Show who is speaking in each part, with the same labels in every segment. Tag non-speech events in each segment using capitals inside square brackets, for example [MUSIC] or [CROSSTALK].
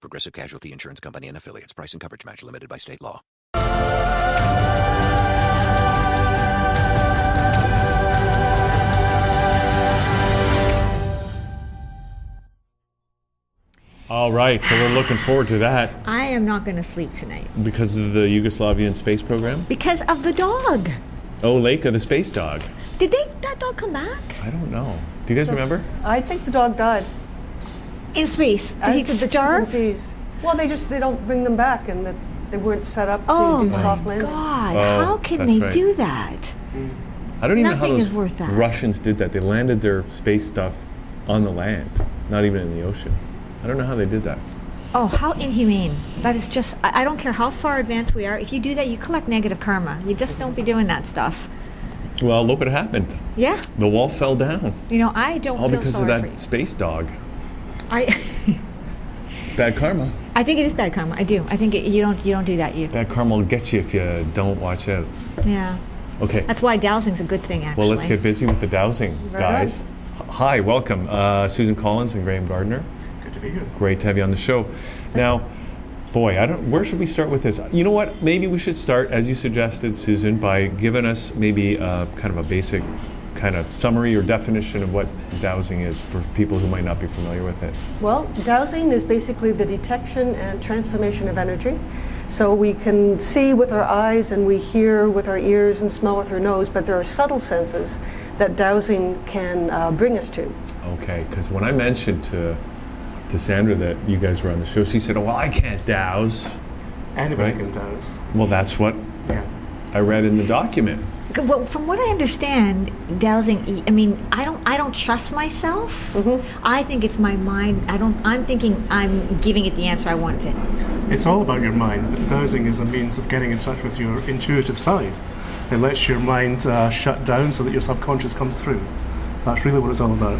Speaker 1: Progressive Casualty Insurance Company and affiliates. Price and coverage match limited by state law.
Speaker 2: All right, so we're looking forward to that
Speaker 3: I am not going to sleep tonight
Speaker 2: because of the Yugoslavian space program.
Speaker 3: because of the dog.
Speaker 2: Oh, Leica, the space dog.
Speaker 3: Did they that dog come back
Speaker 2: I don't know. Do you guys remember?
Speaker 4: I think the dog died.
Speaker 3: in space? Did
Speaker 4: As
Speaker 3: he
Speaker 4: did the
Speaker 3: starve?
Speaker 4: chimpanzees. Well, they just they don't bring them back, and that they weren't set up to
Speaker 3: Oh
Speaker 4: do
Speaker 3: my
Speaker 4: soft landing.
Speaker 3: God!
Speaker 2: Oh,
Speaker 3: how can
Speaker 2: that's
Speaker 3: they
Speaker 2: right.
Speaker 3: do that?
Speaker 2: I don't even know how
Speaker 3: Nothing
Speaker 2: those
Speaker 3: is worth that.
Speaker 2: Russians did that. They landed their space stuff on the land, not even in the ocean. I don't know how they did that.
Speaker 3: Oh, how inhumane! That is just. I, I don't care how far advanced we are. If you do that, you collect negative karma. You just don't be doing that stuff.
Speaker 2: Well, look what happened.
Speaker 3: Yeah.
Speaker 2: The wall fell down,
Speaker 3: You know, I don't
Speaker 2: all
Speaker 3: feel
Speaker 2: because of
Speaker 3: sorry for
Speaker 2: that
Speaker 3: you.
Speaker 2: space dog.
Speaker 3: I, [LAUGHS]
Speaker 2: It's bad karma.
Speaker 3: I think it is bad karma. I do. I think it, you don't. You don't do that. You.
Speaker 2: Bad karma will get you if you don't watch out.
Speaker 3: Yeah.
Speaker 2: Okay.
Speaker 3: That's why dowsing's a good thing, actually.
Speaker 2: Well, let's get busy with the dowsing, guys. H- Hi, welcome, uh, Susan Collins and Graham Gardner.
Speaker 5: Good to be here.
Speaker 2: Great to have you on the show. Now, boy, I don't. Where should we start with this? You know what? Maybe we should start, as you suggested, Susan, by giving us maybe uh kind of a basic kind of summary or definition of what dowsing is for people who might not be familiar with it.
Speaker 4: Well, dowsing is basically the detection and transformation of energy. So we can see with our eyes and we hear with our ears and smell with our nose, but there are subtle senses that dowsing can uh, bring us to.
Speaker 2: Okay, because when I mentioned to to Sandra that you guys were on the show, she said, "Oh, well, I can't douse."
Speaker 5: Anybody
Speaker 2: Right.
Speaker 5: can douse.
Speaker 2: Well, that's what
Speaker 5: Yeah.
Speaker 2: I read in the document.
Speaker 3: G- Well, from what I understand, dowsing. e- I mean, I don't. I don't trust myself. I think it's my mind. I don't. I'm thinking. I'm giving it the answer I want it.
Speaker 5: It's all about your mind. Dowsing is a means of getting in touch with your intuitive side. It lets your mind uh, shut down so that your subconscious comes through. That's really what it's all about.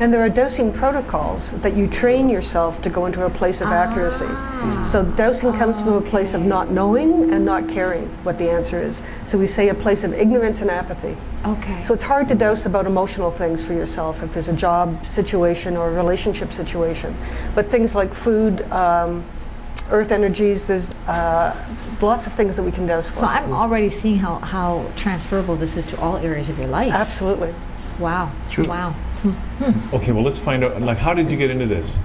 Speaker 4: And there are dosing protocols that you train yourself to go into a place of accuracy.
Speaker 3: Ah.
Speaker 4: So dosing comes from a place of not knowing and not caring what the answer is. So we say a place of ignorance and apathy.
Speaker 3: Okay.
Speaker 4: So it's hard to dose about emotional things for yourself if there's a job situation or a relationship situation. But things like food, um, earth energies, there's uh, lots of things that we can dose for.
Speaker 3: So I'm already seeing how, how transferable this is to all areas of your life.
Speaker 4: Absolutely.
Speaker 3: Wow.
Speaker 5: Sure.
Speaker 3: Wow.
Speaker 2: Okay, well, let's find out. Like, how did you get into this?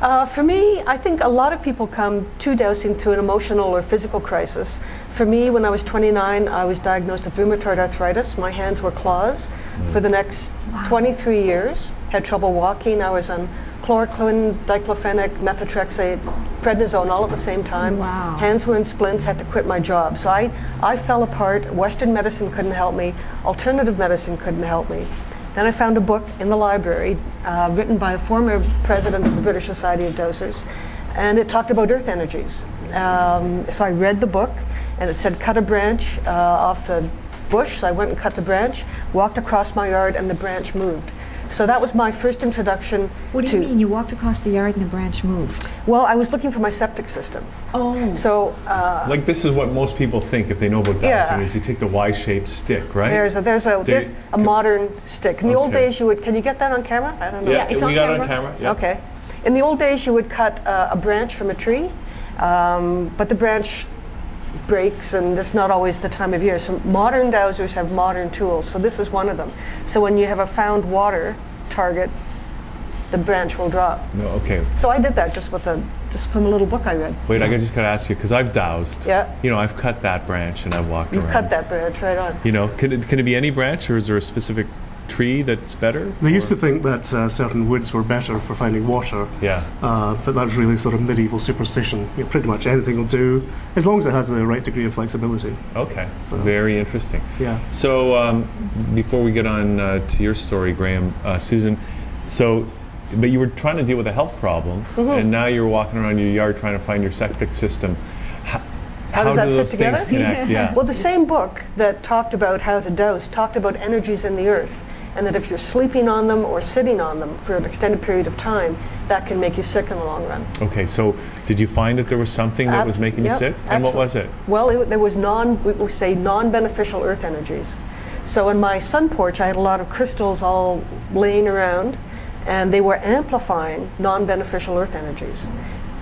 Speaker 4: Uh, for me, I think a lot of people come to dosing through an emotional or physical crisis. For me, when I was 29, I was diagnosed with rheumatoid arthritis. My hands were claws for the next 23 years. Had trouble walking. I was on chloroquine, diclofenac, methotrexate, prednisone all at the same time.
Speaker 3: Wow.
Speaker 4: Hands were in splints. Had to quit my job. So I, I fell apart. Western medicine couldn't help me. Alternative medicine couldn't help me. Then I found a book in the library uh, written by a former president of the British Society of Dosers, and it talked about earth energies. Um, so I read the book, and it said, cut a branch uh, off the bush. So I went and cut the branch, walked across my yard, and the branch moved. So that was my first introduction
Speaker 3: What do
Speaker 4: to.
Speaker 3: you mean? You walked across the yard and the branch moved.
Speaker 4: Well, I was looking for my septic system.
Speaker 3: Oh.
Speaker 4: So uh,
Speaker 2: Like, this is what most people think if they know about dowsing
Speaker 4: Yeah.
Speaker 2: is you take the Y-shaped stick, right?
Speaker 4: there's a there's a
Speaker 2: Do
Speaker 4: there's
Speaker 2: you-
Speaker 4: a modern stick. In the old
Speaker 2: Okay.
Speaker 4: days, you would. Can you get that on camera? I don't know.
Speaker 2: Yeah,
Speaker 3: it's
Speaker 2: we
Speaker 3: on
Speaker 2: got on
Speaker 3: camera.
Speaker 2: camera. yeah.
Speaker 4: Okay. In the old days, you would cut uh, a branch from a tree, um, but the branch breaks, and that's not always the time of year. So modern dowsers have modern tools, so this is one of them. So when you have a found water target, the branch will drop.
Speaker 2: No, okay.
Speaker 4: So I did that just with a just from a little book I read.
Speaker 2: Wait, I just gotta ask you because I've dowsed.
Speaker 4: Yeah.
Speaker 2: You know, I've cut that branch and I've walked
Speaker 4: You
Speaker 2: around.
Speaker 4: cut that branch right on.
Speaker 2: You know, can it can it be any branch or is there a specific tree that's better?
Speaker 5: They used to think that uh, certain woods were better for finding water.
Speaker 2: Yeah.
Speaker 5: Uh, but that's really sort of medieval superstition. You know, pretty much anything will do, as long as it has the right degree of flexibility.
Speaker 2: Okay. Very interesting.
Speaker 5: Yeah.
Speaker 2: So um, before we get on uh, to your story, Graham, uh, Susan, so. But you were trying to deal
Speaker 4: Mm-hmm.
Speaker 2: with a health problem, and now you're walking around your yard trying to find your septic system. How,
Speaker 4: How, does
Speaker 2: How
Speaker 4: that
Speaker 2: do
Speaker 4: fit
Speaker 2: those
Speaker 4: together?
Speaker 2: things
Speaker 4: [LAUGHS]
Speaker 2: connect? Yeah.
Speaker 4: Well, the same book that talked about how to douse talked about energies in the earth, and that if you're sleeping on them or sitting on them for an extended period of time, that can make you sick in the long run.
Speaker 2: Okay, so did you find that there was something that
Speaker 4: Ab-
Speaker 2: was making you
Speaker 4: yep,
Speaker 2: sick? And what
Speaker 4: absolute-
Speaker 2: was it?
Speaker 4: Well, it, there was non, we would say non-beneficial earth energies. So in my sun porch, I had a lot of crystals all laying around, and they were amplifying non-beneficial earth energies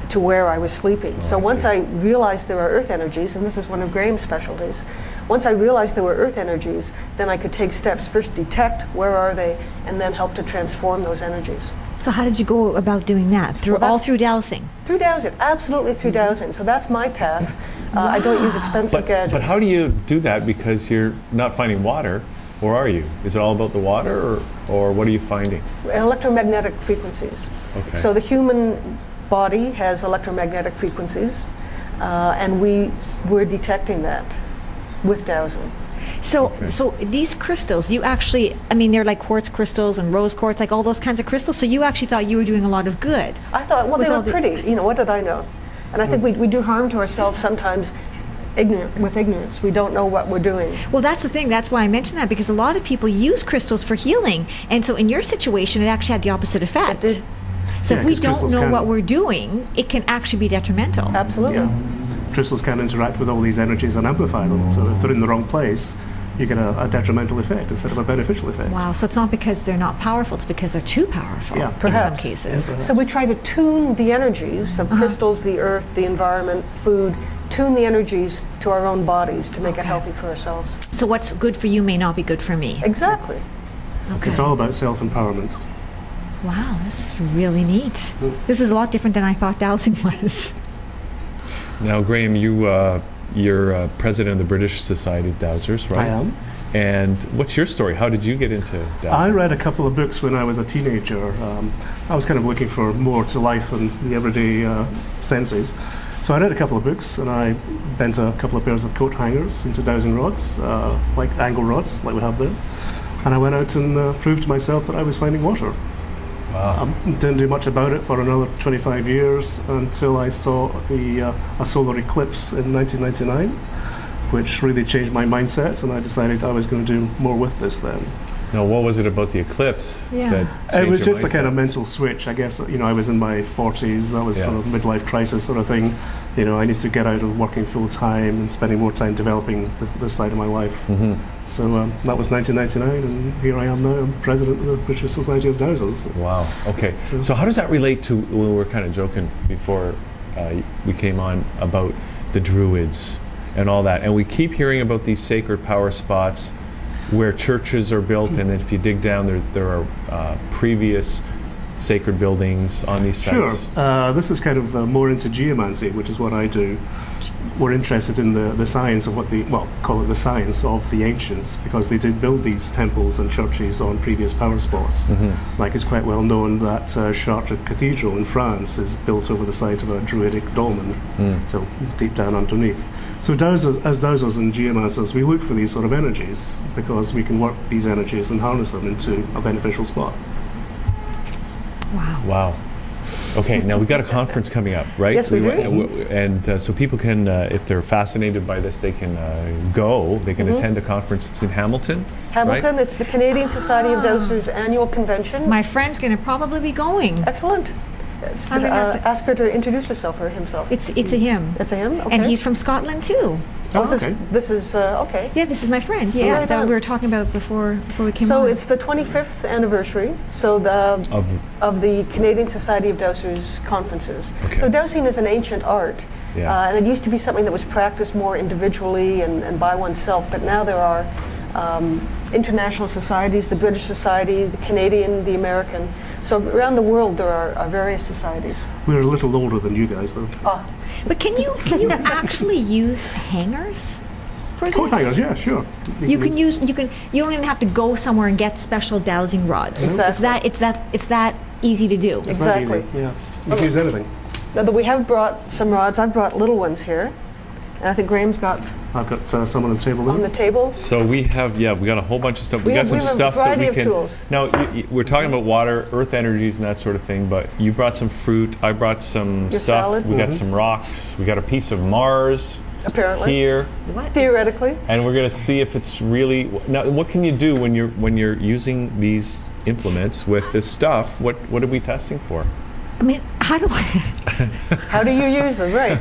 Speaker 4: to where I was sleeping.
Speaker 2: Oh,
Speaker 4: so once I realized there were earth energies, and this is one of Graham's specialties, once I realized there were earth energies, then I could take steps. First detect where are they, and then help to transform those energies.
Speaker 3: So how did you go about doing that? Through all
Speaker 4: that's-
Speaker 3: through dowsing.
Speaker 4: Through dowsing, absolutely through dowsing. So that's my path. Uh, I don't use expensive
Speaker 2: Mm-hmm. But,
Speaker 4: gadgets.
Speaker 2: but how do you do that because you're not finding water, or are you? Is it all about the water, or, or what are you finding?
Speaker 4: electromagnetic frequencies.
Speaker 2: Okay.
Speaker 4: So the human body has electromagnetic frequencies, uh, and we we're detecting that with dowsing.
Speaker 3: So so these crystals, you actually I mean they're like quartz crystals and rose quartz, like all those kinds of crystals. So you actually thought you were doing a lot of good.
Speaker 4: I thought, well,
Speaker 3: With
Speaker 4: they
Speaker 3: all
Speaker 4: were
Speaker 3: the-
Speaker 4: pretty. You know, what did I know? And I
Speaker 2: Mm.
Speaker 4: think we, we do harm to ourselves sometimes, ignorant with ignorance. We don't know what we're doing.
Speaker 3: Well, that's the thing. That's why I mentioned that because a lot of people use crystals for healing, and so in your situation, it actually had the opposite effect.
Speaker 4: did.
Speaker 3: So
Speaker 5: Yeah,
Speaker 3: if we
Speaker 5: 'cause
Speaker 3: don't
Speaker 5: crystals
Speaker 3: know
Speaker 5: can-
Speaker 3: what we're doing, it can actually be detrimental.
Speaker 4: Absolutely.
Speaker 5: Yeah. Crystals can interact with all these energies and amplify them. So if they're in the wrong place, you get a, a detrimental effect instead of a beneficial effect.
Speaker 3: Wow. So it's not because they're not powerful; it's because they're too powerful.
Speaker 5: Yeah,
Speaker 3: in some
Speaker 4: perhaps. uh-huh.
Speaker 3: cases. Uh-huh.
Speaker 4: So we try to tune the energies of crystals, the earth, the environment, food, tune the energies to our own bodies to make it healthy for ourselves.
Speaker 3: So what's good for you may not be good for me.
Speaker 4: Exactly.
Speaker 3: Okay.
Speaker 5: It's all about self empowerment.
Speaker 3: Wow, this is really neat.
Speaker 5: Mm.
Speaker 3: This is a lot different than I thought dowsing [LAUGHS] was.
Speaker 2: Now, Graham, you uh, you're uh, president of the British Society of Dowsers, right?
Speaker 5: I am.
Speaker 2: And what's your story? How did you get into dowsing?
Speaker 5: I read a couple of books when I was a teenager. Um, I was kind of looking for more to life than the everyday uh, senses. So I read a couple of books and I bent a couple of pairs of coat hangers into dowsing rods, uh, like angle rods, like we have there. And I went out and uh, proved to myself that I was finding water. Wow. I didn't do much about it for another 25 years until I saw the, uh, a solar eclipse in 1999, which really changed my mindset, and I decided I was going to do more with this then.
Speaker 2: Now, what was it about the eclipse
Speaker 3: Yeah.
Speaker 2: that
Speaker 5: It
Speaker 2: changed
Speaker 5: was
Speaker 2: your
Speaker 5: just a
Speaker 2: mindset?
Speaker 5: kind of mental switch, I guess. You know, I was in my 40s, that was
Speaker 2: Yeah.
Speaker 5: sort of midlife crisis sort of thing. You know, I need to get out of working full time and spending more time developing th this side of my life.
Speaker 2: Mm-hmm.
Speaker 5: So um, that was 1999, and here I am now. I'm president of the British Society of Dowsers.
Speaker 2: Wow. Okay. So, how does that relate to we were kind of joking before uh, we came on about the druids and all that, and we keep hearing about these sacred power spots where churches are built, and if you dig down, there there are uh, previous sacred buildings on these
Speaker 5: Sure.
Speaker 2: sites.
Speaker 5: Uh, this is kind of uh, more into geomancy, which is what I do. We're interested in the, the science of what the, well, call it the science of the ancients, because they did build these temples and churches on previous power spots. Like it's quite well known that uh, Chartres Cathedral in France is built over the site of a druidic dolmen, so deep down underneath. So dowsers, as dowsers and geomancers, we look for these sort of energies because we can work these energies and harness them into a beneficial spot.
Speaker 3: Wow.
Speaker 2: Wow. Okay, now we got a conference coming up, right?
Speaker 4: Yes, we do.
Speaker 2: went- w- w- And uh, so people can, uh, if they're fascinated by this, they can uh, go. They can attend the conference. It's in Hamilton. right?
Speaker 4: Mm-hmm. Hamilton, it's the Canadian Society of Dowsers annual convention.
Speaker 3: Ah. My friend's going to probably be
Speaker 4: Uh,
Speaker 3: going.
Speaker 4: Excellent. It's
Speaker 3: I'm
Speaker 4: the-
Speaker 3: gonna have
Speaker 4: uh,
Speaker 3: to-
Speaker 4: ask her to introduce herself or himself.
Speaker 3: It's it's a him.
Speaker 4: It's a him?
Speaker 3: And
Speaker 4: Okay.
Speaker 3: he's from Scotland too.
Speaker 4: Oh, this,
Speaker 5: okay.
Speaker 4: is, this is uh, okay.
Speaker 3: Yeah, this is my friend. Yeah,
Speaker 4: Right
Speaker 3: that
Speaker 4: on.
Speaker 3: we were talking about before before we came
Speaker 4: So
Speaker 3: on.
Speaker 4: it's the 25th anniversary. So the
Speaker 2: Of-
Speaker 4: of the Canadian Society of Dowsers conferences.
Speaker 2: Okay.
Speaker 4: So dowsing is an ancient art,
Speaker 2: Yeah.
Speaker 4: uh, and it used to be something that was practiced more individually and, and by oneself. But now there are um, international societies: the British Society, the Canadian, the American. So around the world there are, are various societies.
Speaker 5: We're a little older than you guys, though.
Speaker 3: but can you can
Speaker 4: [LAUGHS]
Speaker 3: you actually use hangers for this?
Speaker 5: Coat hangers, yeah, sure.
Speaker 3: You can use you can you don't even have to go somewhere and get special dowsing rods. It's
Speaker 4: Exactly.
Speaker 3: that it's that it's that easy to do.
Speaker 5: It's not easy,
Speaker 4: Mm-hmm. exactly.
Speaker 5: Yeah, you can use anything.
Speaker 4: Now that we have brought some rods, I've brought little ones here, and I think Graham's got
Speaker 5: I've got uh, some on the table.
Speaker 4: on
Speaker 5: there.
Speaker 4: the table.
Speaker 2: So we have, yeah, we got a whole bunch of stuff. We,
Speaker 4: We
Speaker 2: got
Speaker 4: have-
Speaker 2: some
Speaker 4: we have a
Speaker 2: stuff that we
Speaker 4: variety of
Speaker 2: can.
Speaker 4: tools.
Speaker 2: Now y- y- we're talking about water, earth energies, and that sort of thing. But you brought some fruit. I brought some
Speaker 4: Your
Speaker 2: stuff.
Speaker 4: salad. Mm-hmm.
Speaker 2: We got some rocks. We got a piece of Mars.
Speaker 4: apparently.
Speaker 2: here,
Speaker 3: What?
Speaker 4: Theoretically.
Speaker 2: and we're going to see if it's really now. What can you do when you're when you're using these implements with this stuff? What what are we testing for?
Speaker 3: I mean, how do I? [LAUGHS]
Speaker 4: How do you use them?
Speaker 5: [LAUGHS]
Speaker 4: Right.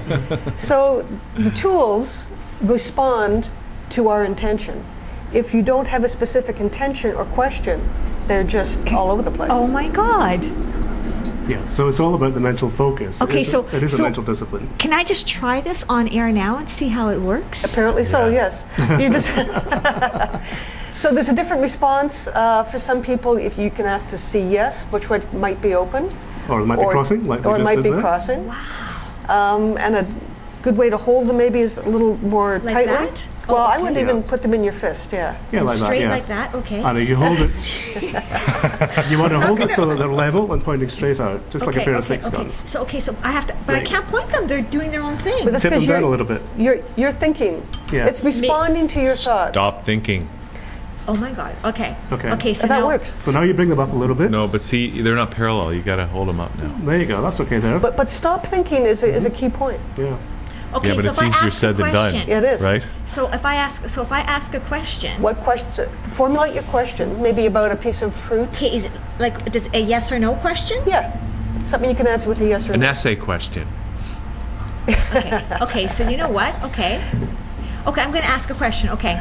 Speaker 4: so the tools respond to our intention. If you don't have a specific intention or question, they're just all over the place.
Speaker 3: Oh my God.
Speaker 5: Yeah, so it's all about the mental focus.
Speaker 3: Okay,
Speaker 5: it is
Speaker 3: so-
Speaker 5: a, it is
Speaker 3: so-
Speaker 5: a mental discipline.
Speaker 3: Can I just try this on air now and see how it works?
Speaker 4: Apparently so, yes.
Speaker 5: [LAUGHS]
Speaker 4: You just [LAUGHS] so there's a different response uh, for some people. If you can ask to see yes, which one might be open,
Speaker 5: Or it might be crossing, like
Speaker 4: or
Speaker 5: we
Speaker 4: it
Speaker 5: just
Speaker 4: might
Speaker 5: did
Speaker 4: be
Speaker 5: there.
Speaker 4: crossing. Wow. Um, and a good way to hold them maybe is a little more
Speaker 3: Like
Speaker 4: tightly.
Speaker 3: that?
Speaker 4: Well,
Speaker 3: Oh,
Speaker 4: I wouldn't even put them in your fist. Yeah.
Speaker 5: Yeah, like
Speaker 3: Straight
Speaker 5: that. Yeah.
Speaker 3: like that, okay.
Speaker 5: And if you hold it,
Speaker 3: [LAUGHS]
Speaker 5: you want to hold it so that they're level and pointing straight out, just like a pair of six
Speaker 3: okay.
Speaker 5: guns.
Speaker 3: So okay, so I have to, but I
Speaker 5: Right.
Speaker 3: can't point them. They're doing their own thing.
Speaker 4: But that's
Speaker 5: Tip
Speaker 4: 'cause
Speaker 5: them down
Speaker 4: you're-
Speaker 5: a little bit.
Speaker 4: You're you're thinking.
Speaker 5: Yeah.
Speaker 4: It's responding to your thoughts.
Speaker 2: Stop thinking.
Speaker 3: oh my god. Okay.
Speaker 5: Okay.
Speaker 3: Okay. So
Speaker 4: And that
Speaker 3: now,
Speaker 4: works.
Speaker 5: So now you bring them up a little bit.
Speaker 2: No, but see, they're not parallel. You got to hold them up now.
Speaker 5: there you go. That's okay there.
Speaker 4: But but stop thinking is a, is a key point.
Speaker 5: yeah.
Speaker 3: Okay.
Speaker 2: yeah, but
Speaker 3: so
Speaker 2: it's
Speaker 3: if I
Speaker 2: easier
Speaker 3: ask
Speaker 2: said
Speaker 3: a
Speaker 2: than done.
Speaker 3: question-
Speaker 4: It is.
Speaker 2: Right?
Speaker 3: So if I ask, so if I ask a question,
Speaker 4: What question? Formulate your question. Maybe about a piece of fruit.
Speaker 3: okay, is it like does a yes or no question?
Speaker 4: Yeah. Something you can answer with a yes or
Speaker 2: An
Speaker 4: no.
Speaker 2: essay question.
Speaker 3: Okay. okay. So you know what? Okay. Okay, I'm going to ask a question. Okay.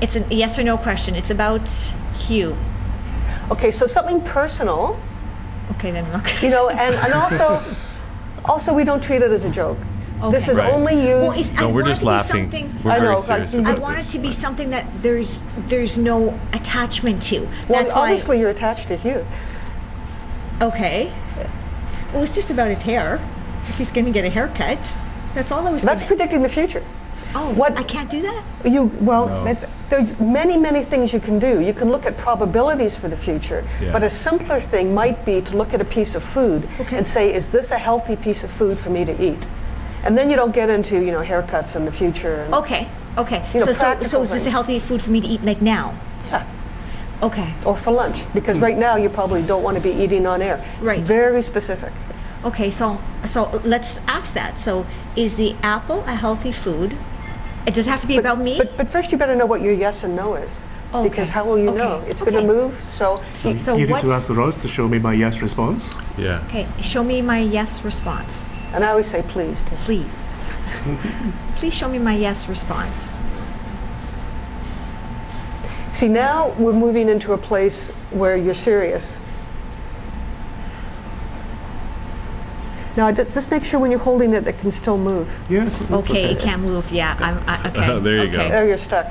Speaker 3: It's a yes or no question. It's about Hugh.
Speaker 4: Okay, so something personal,
Speaker 3: Okay, then.
Speaker 4: you
Speaker 3: Okay.
Speaker 4: know, and, and also, [LAUGHS] also we don't treat it as a joke. This
Speaker 3: Okay.
Speaker 4: is
Speaker 2: Right.
Speaker 4: only
Speaker 3: Well,
Speaker 4: used.
Speaker 3: it's- I
Speaker 2: No, we're
Speaker 3: want it
Speaker 2: just
Speaker 3: to be
Speaker 2: laughing.
Speaker 3: something-
Speaker 2: We're
Speaker 4: I
Speaker 2: very
Speaker 4: know, like,
Speaker 2: serious
Speaker 4: I
Speaker 3: I
Speaker 2: about
Speaker 3: want it
Speaker 2: this.
Speaker 3: to be something that there's there's no attachment to.
Speaker 4: well,
Speaker 3: That's
Speaker 4: obviously you're attached to Hugh.
Speaker 3: why. Okay. It was just about his hair. If he's going to get a haircut, that's all I was.
Speaker 4: That's
Speaker 3: gonna,
Speaker 4: predicting the future.
Speaker 3: Oh,
Speaker 4: what-
Speaker 3: I can't do that.
Speaker 4: You well,
Speaker 2: No.
Speaker 4: that's, there's many many things you can do. You can look at probabilities for the future,
Speaker 2: Yeah.
Speaker 4: but a simpler thing might be to look at a piece of food
Speaker 3: Okay.
Speaker 4: and say, is this a healthy piece of food for me to eat? And then you don't get into you know haircuts in the future. And,
Speaker 3: Okay. Okay.
Speaker 4: You know,
Speaker 3: so so so
Speaker 4: practical
Speaker 3: is this a
Speaker 4: things.
Speaker 3: healthy food for me to eat like now?
Speaker 4: Yeah.
Speaker 3: Okay.
Speaker 4: Or for lunch, because
Speaker 2: Hmm.
Speaker 4: right now you probably don't want to be eating on air.
Speaker 3: Right.
Speaker 4: It's very specific.
Speaker 3: Okay, so so let's ask that. So is the apple a healthy food? It does it have to be about me. Oh,
Speaker 4: But, but first, you better know what your yes and no is.
Speaker 3: Okay.
Speaker 4: Because how will you
Speaker 3: Okay.
Speaker 4: know? It's
Speaker 3: Okay.
Speaker 4: going to move. So, you-
Speaker 3: so
Speaker 5: you need
Speaker 3: what's
Speaker 5: to ask the rods to show me my yes response.
Speaker 2: Yeah.
Speaker 3: okay? Show me my yes response,
Speaker 4: and I always say pleased.
Speaker 5: [LAUGHS]
Speaker 3: please. please show me my yes response.
Speaker 4: See, now we're moving into a place where you're serious. Now, ju- just make sure when you're holding it, it can still move.
Speaker 5: Yes. that's
Speaker 3: Okay, it can't move. Yeah, I'm. I,
Speaker 5: [LAUGHS]
Speaker 3: okay.
Speaker 2: There you go.
Speaker 3: okay.
Speaker 4: There you're stuck.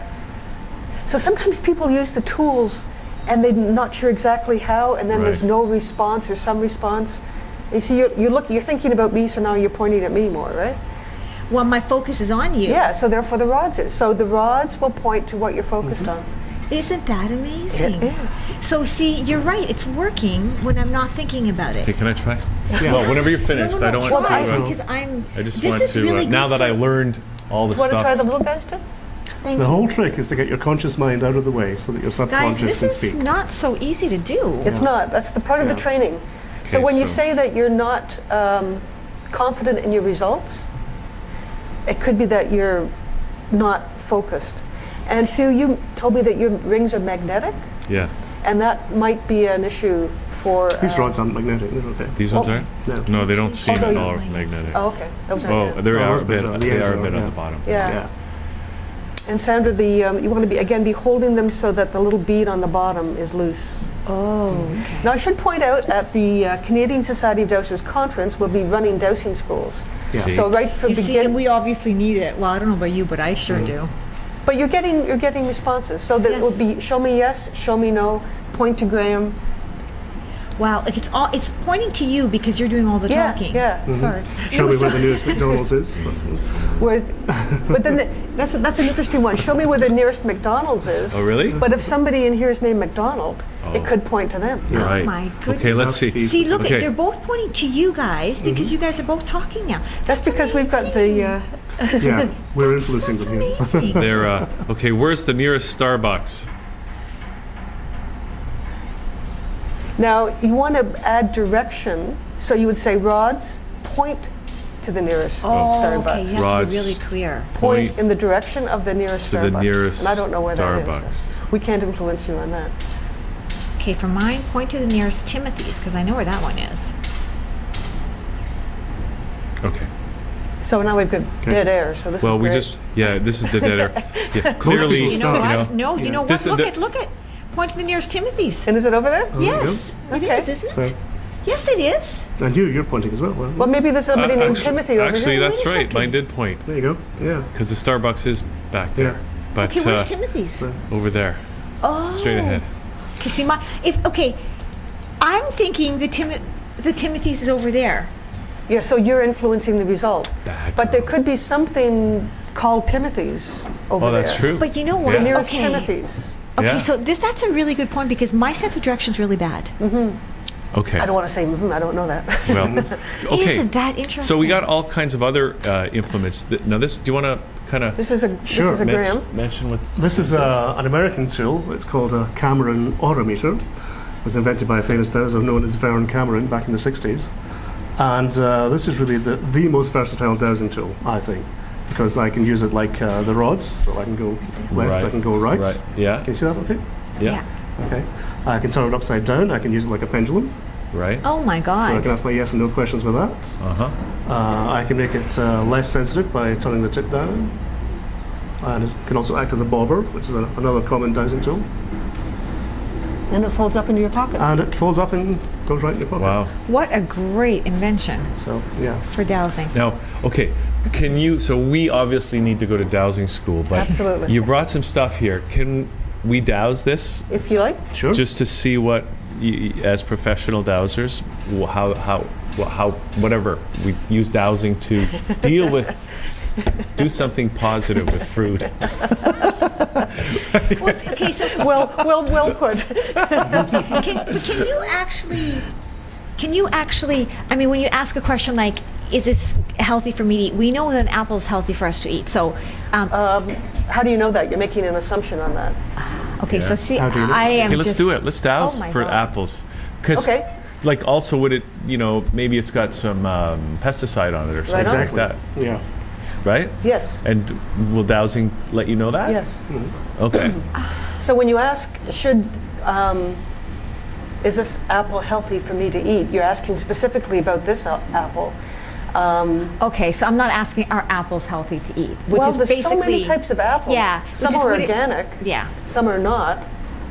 Speaker 4: So sometimes people use the tools, and they're not sure exactly how, and then there's
Speaker 2: Right.
Speaker 4: no response or some response. You see, you're, you're look, you're thinking about me, so now you're pointing at me more, right?
Speaker 3: Well, my focus is on you.
Speaker 4: Yeah, so therefore the rods is. So the rods will point to what you're focused
Speaker 3: Isn't that amazing?
Speaker 4: on. Yes.
Speaker 3: So see, you're right. It's working when I'm not thinking about it.
Speaker 2: Okay, can I try? Well, whenever you're finished, I don't want
Speaker 4: try.
Speaker 2: to.
Speaker 4: Well,
Speaker 2: uh,
Speaker 3: because I'm.
Speaker 2: I just
Speaker 3: this
Speaker 2: want
Speaker 3: is
Speaker 2: to.
Speaker 3: Really
Speaker 2: uh, now
Speaker 3: good
Speaker 2: that I learned all the
Speaker 4: Want to
Speaker 2: stuff.
Speaker 4: try the little guys, Tim?
Speaker 5: The whole trick is to get your conscious mind out of the way so that your
Speaker 3: Guys,
Speaker 5: subconscious
Speaker 3: this
Speaker 5: can
Speaker 3: is
Speaker 5: speak.
Speaker 3: not so easy to do.
Speaker 4: It's not. That's the part of the
Speaker 5: Yeah.
Speaker 4: training. so
Speaker 2: Okay,
Speaker 4: when you
Speaker 2: so-
Speaker 4: say that you're not um, confident in your results, it could be that you're not focused. And Hugh, you told me that your rings are magnetic,
Speaker 2: yeah.
Speaker 4: and that might be an issue for.
Speaker 5: These
Speaker 4: uh,
Speaker 5: rods aren't magnetic, they're okay.
Speaker 2: These
Speaker 3: Oh.
Speaker 2: ones are?
Speaker 5: No.
Speaker 2: No, they don't seem
Speaker 4: Oh,
Speaker 2: at
Speaker 4: no,
Speaker 2: all
Speaker 3: you-
Speaker 2: magnetic.
Speaker 4: Oh, okay. Those are-
Speaker 2: Oh, they
Speaker 5: Oh,
Speaker 2: are
Speaker 5: those
Speaker 2: a bit,
Speaker 5: bits are-
Speaker 2: they
Speaker 5: these
Speaker 2: are a
Speaker 5: are,
Speaker 2: bit on
Speaker 5: yeah.
Speaker 2: the bottom.
Speaker 4: Yeah.
Speaker 5: Yeah.
Speaker 4: And Sandra, the um, you want to be again be holding them so that the little bead on the bottom is loose.
Speaker 3: Oh.
Speaker 4: Now, I should point out at the uh, Canadian Society of Dowsers conference, we'll be running dowsing schools.
Speaker 5: Yeah.
Speaker 4: So right from
Speaker 3: You see, and
Speaker 4: beginning,
Speaker 3: we obviously need it. Well, I don't know about you, but I sure
Speaker 5: Mm-hmm.
Speaker 3: do.
Speaker 4: but you're getting you're getting responses. So that
Speaker 3: Yes.
Speaker 4: will be show me yes, show me no, point to Graham.
Speaker 3: Wow, like it's all it's pointing to you because you're doing all the
Speaker 4: Yeah,
Speaker 3: talking.
Speaker 4: yeah. Sorry.
Speaker 5: Mm-hmm. Show me where the nearest McDonald's is. That's all.
Speaker 4: Whereas, but
Speaker 3: [LAUGHS]
Speaker 4: then the, that's that's an interesting one. Show me where the nearest McDonald's is.
Speaker 2: Oh, really?
Speaker 4: But if somebody in here is named McDonald,
Speaker 2: Oh.
Speaker 4: it could point to them.
Speaker 2: All right.
Speaker 3: my
Speaker 2: Okay,
Speaker 3: goodness.
Speaker 2: let's see.
Speaker 3: See, look,
Speaker 2: okay.
Speaker 3: they're both pointing to you guys because
Speaker 5: Mm-hmm.
Speaker 3: you guys are both talking now.
Speaker 4: That's because we've got the. Uh,
Speaker 5: Yeah, we're influencing
Speaker 3: That's
Speaker 5: them here. [LAUGHS]
Speaker 3: amazing. Oh,
Speaker 2: They're, uh, okay, where's the nearest Starbucks?
Speaker 4: Now, you want to add direction, so you would say rods, point to the nearest
Speaker 3: Oh,
Speaker 4: Starbucks.
Speaker 3: okay. You have
Speaker 2: Rods.
Speaker 3: to be really clear.
Speaker 4: Point in the direction of the nearest
Speaker 2: to the
Speaker 4: Starbucks.
Speaker 2: nearest
Speaker 4: and I don't know where that is.
Speaker 2: Starbucks.
Speaker 4: We can't influence you on that.
Speaker 3: Okay, for mine, point to the nearest Timothy's because I know where that one is.
Speaker 2: Okay.
Speaker 4: So now we've got dead air. So this
Speaker 2: Well,
Speaker 4: is
Speaker 2: we
Speaker 4: great.
Speaker 2: just yeah, this is the dead
Speaker 3: [LAUGHS]
Speaker 2: air. Yeah, clearly,
Speaker 5: people
Speaker 2: you
Speaker 3: You know
Speaker 5: Stop,
Speaker 3: what?
Speaker 2: know,
Speaker 3: no, you know what?
Speaker 2: This is
Speaker 3: look
Speaker 2: the-
Speaker 3: at look at. Point to the nearest Timothy's.
Speaker 4: And is it over there?
Speaker 2: Mm.
Speaker 3: yes, it
Speaker 4: Okay.
Speaker 3: is, isn't
Speaker 5: So
Speaker 3: it? Yes, it is.
Speaker 5: and you, you're pointing as well. Well,
Speaker 4: Well, maybe there's somebody
Speaker 2: Uh,
Speaker 4: named
Speaker 2: actu-
Speaker 4: Timothy over
Speaker 2: actually,
Speaker 4: here.
Speaker 2: that's
Speaker 3: Wait a
Speaker 2: right.
Speaker 3: second.
Speaker 2: Mine did point
Speaker 5: there you go. Yeah.
Speaker 2: because the Starbucks is back there,
Speaker 5: Yeah.
Speaker 2: but
Speaker 3: Okay, where's
Speaker 2: uh,
Speaker 3: Timothy's?
Speaker 2: over there,
Speaker 3: Oh,
Speaker 2: straight ahead.
Speaker 3: Okay, see my if okay, I'm thinking the Tim the Timothy's is over there.
Speaker 4: Yeah, so you're influencing the result.
Speaker 2: Bad
Speaker 4: But there
Speaker 2: girl.
Speaker 4: could be something called Timothy's over there.
Speaker 2: Oh, that's true.
Speaker 3: But you know what?
Speaker 2: Yeah.
Speaker 4: The nearest
Speaker 3: okay.
Speaker 4: Timothy's.
Speaker 3: Okay,
Speaker 2: Yeah.
Speaker 3: so this that's a really good point because my sense of direction is really bad.
Speaker 2: Okay.
Speaker 4: I don't want to say, mm I don't know that. [LAUGHS]
Speaker 3: [LAUGHS]
Speaker 2: Well, okay.
Speaker 3: Isn't that
Speaker 2: So we
Speaker 3: interesting?
Speaker 2: got all kinds of other uh, implements. Th- Now, this, do you want to kind of
Speaker 4: this is a,
Speaker 5: Sure,
Speaker 4: this is a gram.
Speaker 2: mention, mention what?
Speaker 5: This is uh, an American tool. It's called a Cameron Orometer. It was invented by a famous dowser known as Vern Cameron back in the 60s. And uh, this is really the, the most versatile dowsing tool, I think, because I can use it like uh, the rods. So I can go left, I can go right.
Speaker 2: Right. Yeah.
Speaker 5: Can you see that okay?
Speaker 2: Yeah.
Speaker 5: Okay. I can turn it upside down. I can use it like a pendulum.
Speaker 2: Right.
Speaker 3: Oh my
Speaker 5: So I
Speaker 3: god.
Speaker 5: can ask my yes and no questions with that.
Speaker 3: Oh.
Speaker 2: Uh huh.
Speaker 5: Uh, I can make it uh, less sensitive by turning the tip down. And it can also act as a bobber, which is a, another common dowsing tool.
Speaker 4: And it folds up into your pocket.
Speaker 5: and it folds up and goes right in your pocket.
Speaker 2: Wow.
Speaker 3: What a great invention
Speaker 5: So yeah,
Speaker 3: for dowsing.
Speaker 2: Now, okay. Can you? So we obviously need to go to dowsing school, but
Speaker 4: Absolutely.
Speaker 2: you brought some stuff here. Can we douse this
Speaker 4: if you like.
Speaker 5: sure.
Speaker 2: just to see what, y- as professional dowsers, wh- how how wh- how whatever we use dowsing
Speaker 4: [LAUGHS]
Speaker 2: to deal with, do something positive with
Speaker 4: [LAUGHS]
Speaker 2: fruit.
Speaker 3: Well, okay, so
Speaker 4: Well, well,
Speaker 2: [LAUGHS]
Speaker 4: well put.
Speaker 3: can, but can you actually can you actually i mean when you ask a question like is this healthy for me to eat we know that an apple is healthy for us to eat so um,
Speaker 2: Uh,
Speaker 4: How do you know that? You're making an assumption on that.
Speaker 3: okay so see
Speaker 5: How do you know?
Speaker 3: i am
Speaker 2: Okay, let's
Speaker 3: just-
Speaker 2: do it. Let's douse
Speaker 3: Oh my
Speaker 2: for
Speaker 3: God.
Speaker 2: apples. 'Cause,
Speaker 4: Okay.
Speaker 2: Like, also, would it, you know, maybe it's got some um, pesticide on it or something
Speaker 4: Right on.
Speaker 2: like that,
Speaker 5: yeah.
Speaker 2: right?
Speaker 4: Yes.
Speaker 2: And will dowsing let you know that?
Speaker 4: Yes.
Speaker 2: Hmm. Okay.
Speaker 4: So when you ask, should, um, is this apple healthy for me to eat? You're asking specifically about this a- apple.
Speaker 3: okay so i'm not asking are apples healthy to eat which
Speaker 4: well,
Speaker 3: is
Speaker 4: there's
Speaker 3: basically
Speaker 4: so many types of apples.
Speaker 3: yeah which is
Speaker 4: Some are
Speaker 3: what it-
Speaker 4: organic.
Speaker 3: yeah
Speaker 4: Some are not.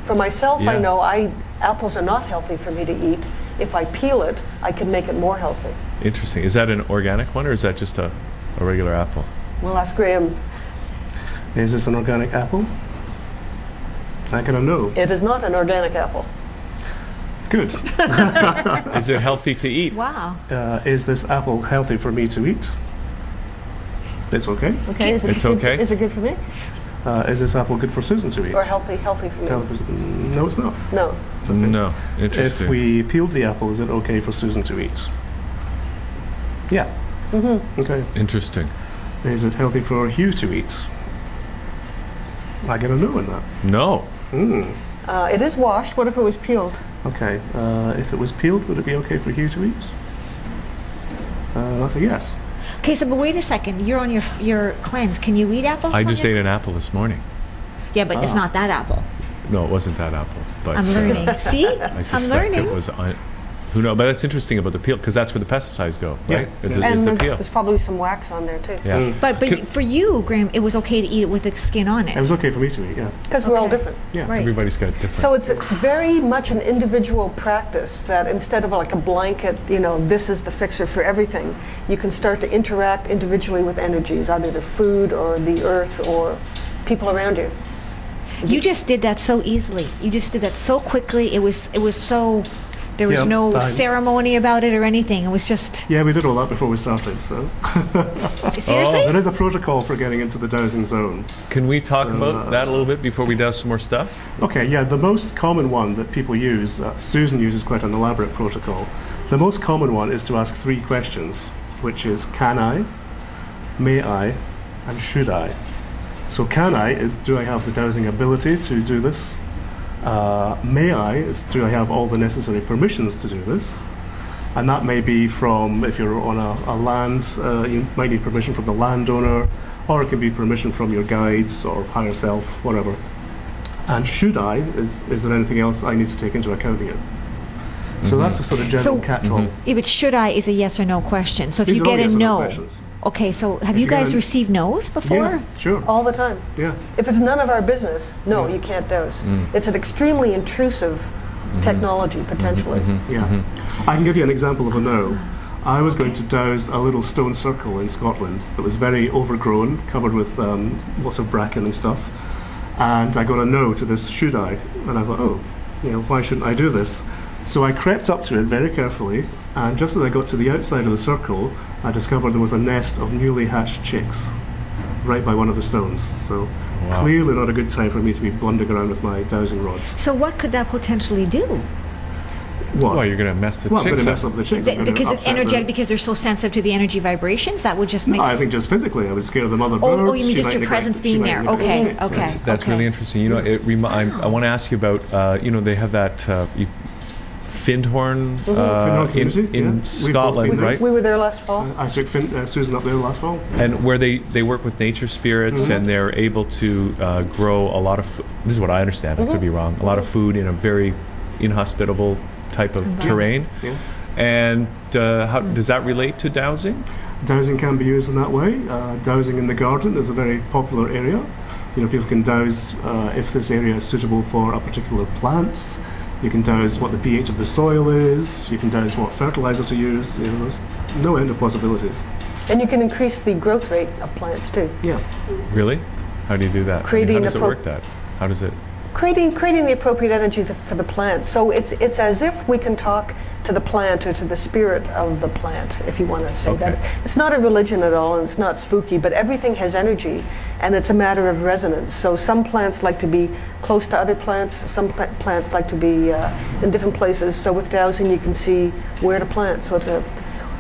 Speaker 4: For myself, I
Speaker 2: Yeah.
Speaker 4: know I apples are not healthy for me to eat. If I peel it, I can make it more healthy.
Speaker 2: Interesting. Is that an organic one or is that just a, a regular apple?
Speaker 4: We'll ask Graham.
Speaker 5: Is this an organic apple? I cannot know.
Speaker 4: It is not an organic apple.
Speaker 5: Good.
Speaker 2: Is it healthy to eat?
Speaker 3: wow
Speaker 5: [LAUGHS] Uh, is this apple healthy for me to eat? It's okay.
Speaker 4: Okay. Is
Speaker 2: It's
Speaker 4: good for-
Speaker 2: okay.
Speaker 4: is it good for me?
Speaker 5: Uh, is this apple good for Susan to eat?
Speaker 4: Or healthy, healthy for me?
Speaker 5: Healthy for Su- No, it's not.
Speaker 4: No.
Speaker 2: No.
Speaker 5: If
Speaker 2: Interesting.
Speaker 5: we peeled the apple, is it okay for Susan to eat? Yeah. Mm-hmm. Okay.
Speaker 2: Interesting.
Speaker 5: Is it healthy for Hugh to eat? I get a no in that.
Speaker 2: No.
Speaker 5: Mm.
Speaker 4: Uh, it is washed. What if it was peeled?
Speaker 5: Okay. Uh, if it was peeled, would it be okay for Hugh to eat? Uh, that's a yes.
Speaker 3: okay so but wait a second you're on your your cleanse can you eat apples
Speaker 2: I
Speaker 3: on
Speaker 2: just
Speaker 3: your-
Speaker 2: ate Uh-huh. an apple this morning.
Speaker 3: yeah but it's not that apple
Speaker 2: No, it wasn't that apple. But
Speaker 3: i'm
Speaker 2: uh,
Speaker 3: learning see
Speaker 2: I
Speaker 3: i'm
Speaker 2: suspect
Speaker 3: learning
Speaker 2: it was. Un- who knows? But that's interesting about the peel because that's where the pesticides go,
Speaker 5: Yeah. Mm.
Speaker 2: right? It's,
Speaker 5: Yeah.
Speaker 2: it's the
Speaker 4: there's,
Speaker 2: peel.
Speaker 4: there's probably some wax on there too.
Speaker 2: Yeah.
Speaker 3: but but
Speaker 2: Can-
Speaker 3: for you graham it was okay to eat it with the skin on
Speaker 5: It
Speaker 3: it
Speaker 5: was okay for me to eat, yeah.
Speaker 4: Because we're all
Speaker 3: Okay.
Speaker 4: different.
Speaker 5: Yeah.
Speaker 3: right
Speaker 2: Everybody's got different.
Speaker 4: So it's very much an individual practice that instead of like a blanket, you know, this is the fixer for everything, you can start to interact individually with energies, either the food or the earth or people around you.
Speaker 3: You just did that so easily. You just did that so quickly. It was it was so there was
Speaker 5: Yeah,
Speaker 3: no
Speaker 5: fine.
Speaker 3: ceremony about it or anything. It was
Speaker 5: [LAUGHS]
Speaker 3: just [LAUGHS]
Speaker 5: Yeah, we did all that before we started, so. Oh,
Speaker 3: seriously.
Speaker 5: There is a protocol for getting into the dowsing zone.
Speaker 2: Can we talk
Speaker 5: So,
Speaker 2: about
Speaker 5: uh,
Speaker 2: that a little bit before we do some more stuff?
Speaker 5: Okay, yeah, the most common one that people use, uh, Susan uses quite an elaborate protocol. The most common one is to ask three questions, which is can I, may I, and should I. So can I is do I have the dowsing ability to do this? Uh, may I is do I have all the necessary permissions to do this? And that may be from if you're on a, a land, uh, you might need permission from the landowner, or it can be permission from your guides or higher self, whatever. And should I, is, is there anything else I need to take into account here? So that's the sort of general
Speaker 3: So-
Speaker 5: catch all.
Speaker 3: Yeah, but should I is a yes or no question. So if
Speaker 5: These
Speaker 3: you
Speaker 5: are all
Speaker 3: get a
Speaker 5: yes or no
Speaker 3: no,
Speaker 5: questions.
Speaker 3: okay. So have
Speaker 5: If
Speaker 3: you
Speaker 5: you get
Speaker 3: guys
Speaker 5: a-
Speaker 3: received no's before?
Speaker 5: Yeah, sure.
Speaker 4: all the time.
Speaker 5: Yeah.
Speaker 4: If it's none of our business, no, you can't dose. It's an extremely intrusive technology, potentially.
Speaker 5: Yeah. I can give you an example of a no. I was going to douse a little stone circle in Scotland that was very overgrown, covered with um, lots of bracken and stuff. And I got a no to this, should I? And I thought, oh, you know, why shouldn't I do this? So I crept up to it very carefully, and just as I got to the outside of the circle, I discovered there was a nest of newly hatched chicks right by one of the stones. So clearly not a good time for me to be blundering around with my dowsing rods.
Speaker 3: So what could that potentially do?
Speaker 5: What?
Speaker 2: Well, you're going to mess the
Speaker 5: well, I'm going
Speaker 2: chicks
Speaker 5: to
Speaker 2: up.
Speaker 5: mess up the chicks. I'm
Speaker 3: Th-
Speaker 5: gonna
Speaker 3: because it's
Speaker 5: upset them.
Speaker 3: energetic, because they're so sensitive to the energy vibrations, that would just make.
Speaker 5: No, I think just physically, I would scare the mother
Speaker 3: Oh,
Speaker 5: bird.
Speaker 3: oh, you mean
Speaker 5: She
Speaker 3: just
Speaker 5: might
Speaker 3: your
Speaker 5: neglect-
Speaker 3: presence
Speaker 5: she
Speaker 3: being
Speaker 5: might
Speaker 3: there.
Speaker 5: neglect
Speaker 3: Okay,
Speaker 5: chicks.
Speaker 3: okay.
Speaker 5: It's-
Speaker 2: That's
Speaker 3: Okay.
Speaker 2: really interesting. You know, it remi- I'm, I want to ask you about. Uh, you know, they have that uh, you, Findhorn uh,
Speaker 5: Mm-hmm. Findhorn
Speaker 2: in,
Speaker 5: community, yeah.
Speaker 2: in
Speaker 5: We've both
Speaker 2: Scotland,
Speaker 5: been there.
Speaker 2: right?
Speaker 4: We were there last fall.
Speaker 5: I took Finn, uh, Susan up there last fall.
Speaker 2: and where they, they work with nature spirits
Speaker 5: Mm-hmm.
Speaker 2: and they're able to uh, grow a lot of fo- this is what i understand i
Speaker 5: Mm-hmm.
Speaker 2: could be wrong a lot of food in a very inhospitable type of terrain
Speaker 5: Mm-hmm. Yeah. Mm.
Speaker 2: and uh, how does that relate to dowsing
Speaker 5: Dowsing can be used in that way. Uh, dowsing in the garden is a very popular area. You know, people can douse uh, if this area is suitable for a particular plant. You can douse what the pH of the soil is. You can douse what fertilizer to use. You know, there's no end of possibilities.
Speaker 4: And you can increase the growth rate of plants too.
Speaker 5: Yeah.
Speaker 2: really how do you do that I mean,
Speaker 4: Creating
Speaker 2: how
Speaker 4: a
Speaker 2: does it
Speaker 4: pro-
Speaker 2: work that how does it
Speaker 4: Creating, creating the appropriate energy th- for the plant. So it's, it's as if we can talk to the plant or to the spirit of the plant, if you want to say
Speaker 2: Okay.
Speaker 4: that. It's not a religion at all and it's not spooky, but everything has energy and it's a matter of resonance. So some plants like to be close to other plants, some pla- plants like to be uh, in different places. So with dowsing, you can see where to plant. So it's a,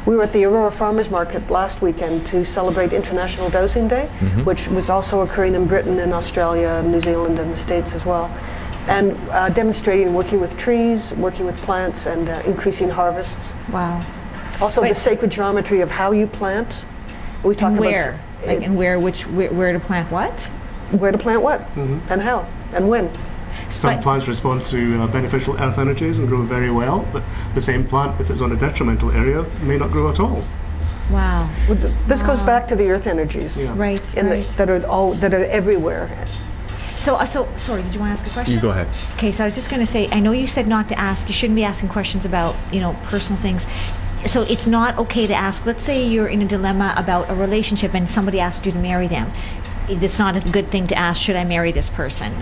Speaker 4: we were at the Aurora Farmers Market last weekend to celebrate International Dowsing Day, which was also occurring in Britain and Australia and New Zealand and the States as well. And uh, demonstrating working with trees, working with plants, and uh, increasing harvests.
Speaker 3: Wow.
Speaker 4: Also, the
Speaker 3: But-
Speaker 4: sacred geometry of how you plant. We talk
Speaker 3: And
Speaker 4: about
Speaker 3: where,
Speaker 4: s-
Speaker 3: like, and where, which, where, where to plant what?
Speaker 4: where to plant what, and how, and when.
Speaker 5: Some
Speaker 3: But-
Speaker 5: plants respond to uh, beneficial earth energies and grow very well, but the same plant, if it's on a detrimental area, may not grow at all.
Speaker 3: Wow.
Speaker 4: This goes back to the earth energies
Speaker 3: Ah. Right.
Speaker 4: in
Speaker 3: right.
Speaker 4: the, that are all that are everywhere.
Speaker 3: so, uh, so sorry. Did you want to ask a question?
Speaker 2: you go ahead
Speaker 3: Okay, so I was just going to say, I know you said not to ask. You shouldn't be asking questions about, you know, personal things. So it's not okay to ask. Let's say you're in a dilemma about a relationship and somebody asked you to marry them. It's not a good thing to ask, should I marry this person?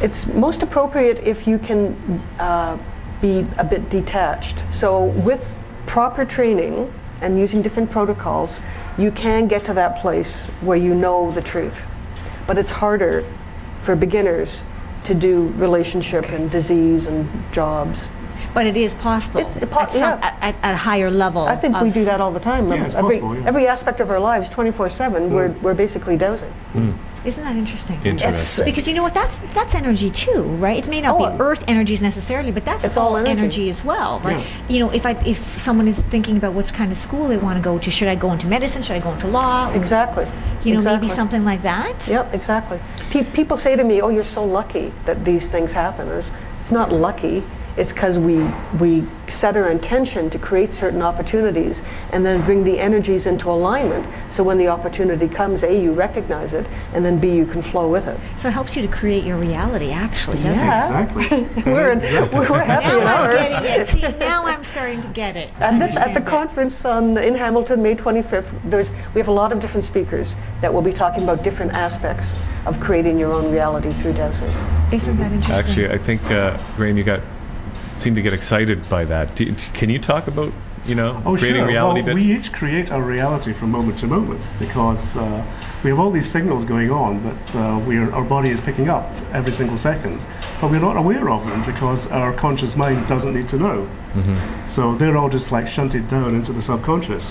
Speaker 4: It's most appropriate if you can uh, be a bit detached. So, with proper training and using different protocols, you can get to that place where you know the truth. But it's harder for beginners to do relationship and disease and jobs.
Speaker 3: But it is possible.
Speaker 4: It's po-
Speaker 3: at, some,
Speaker 4: yeah.
Speaker 3: at, at, at a higher level.
Speaker 4: I think we
Speaker 3: of-
Speaker 4: do that all the time.
Speaker 5: Yeah, it's
Speaker 4: every,
Speaker 5: possible, yeah. Mm-hmm.
Speaker 4: every aspect of our lives, 24 7, we're, we're basically dozing.
Speaker 3: Isn't that interesting?
Speaker 2: interesting
Speaker 3: Because you know what? That's that's energy too, right? It may not
Speaker 4: Oh,
Speaker 3: be earth energies necessarily, but that's
Speaker 4: It's
Speaker 3: all
Speaker 4: all
Speaker 3: energy.
Speaker 4: energy.
Speaker 3: as well, right? You know, if I if someone is thinking about what kind of school they want to go to, should I go into medicine? Should I go into law?
Speaker 4: Exactly.
Speaker 3: You know,
Speaker 4: exactly.
Speaker 3: maybe something like that.
Speaker 4: Yep, exactly. Pe- people say to me, "Oh, you're so lucky that these things happen." It's, it's not lucky. It's because we we set our intention to create certain opportunities and then bring the energies into alignment. So when the opportunity comes, a you recognize it, and then b you can flow with it. [LAUGHS]
Speaker 3: So it helps you to create your reality, actually, doesn't it?
Speaker 5: Exactly.
Speaker 4: We're in,
Speaker 5: Mm-hmm.
Speaker 4: we're, we're happy
Speaker 3: Now
Speaker 4: in
Speaker 3: I'm
Speaker 4: ours.
Speaker 3: getting it. See, now I'm starting to get it.
Speaker 4: At this at the conference on, in Hamilton, May 25th, there's we have a lot of different speakers that will be talking about different aspects of creating your own reality through dancing.
Speaker 3: Isn't that interesting?
Speaker 2: actually i think uh, graham you got seemed to get excited by that do, do- can you talk about you know
Speaker 5: Oh,
Speaker 2: creating
Speaker 5: sure.
Speaker 2: reality
Speaker 5: well,
Speaker 2: bit?
Speaker 5: we each create our reality from moment to moment because uh, we have all these signals going on that uh, we are, our body is picking up every single second, but we're not aware of them because our conscious mind doesn't need to know.
Speaker 2: Mm-hmm.
Speaker 5: So they're all just like shunted down into the subconscious.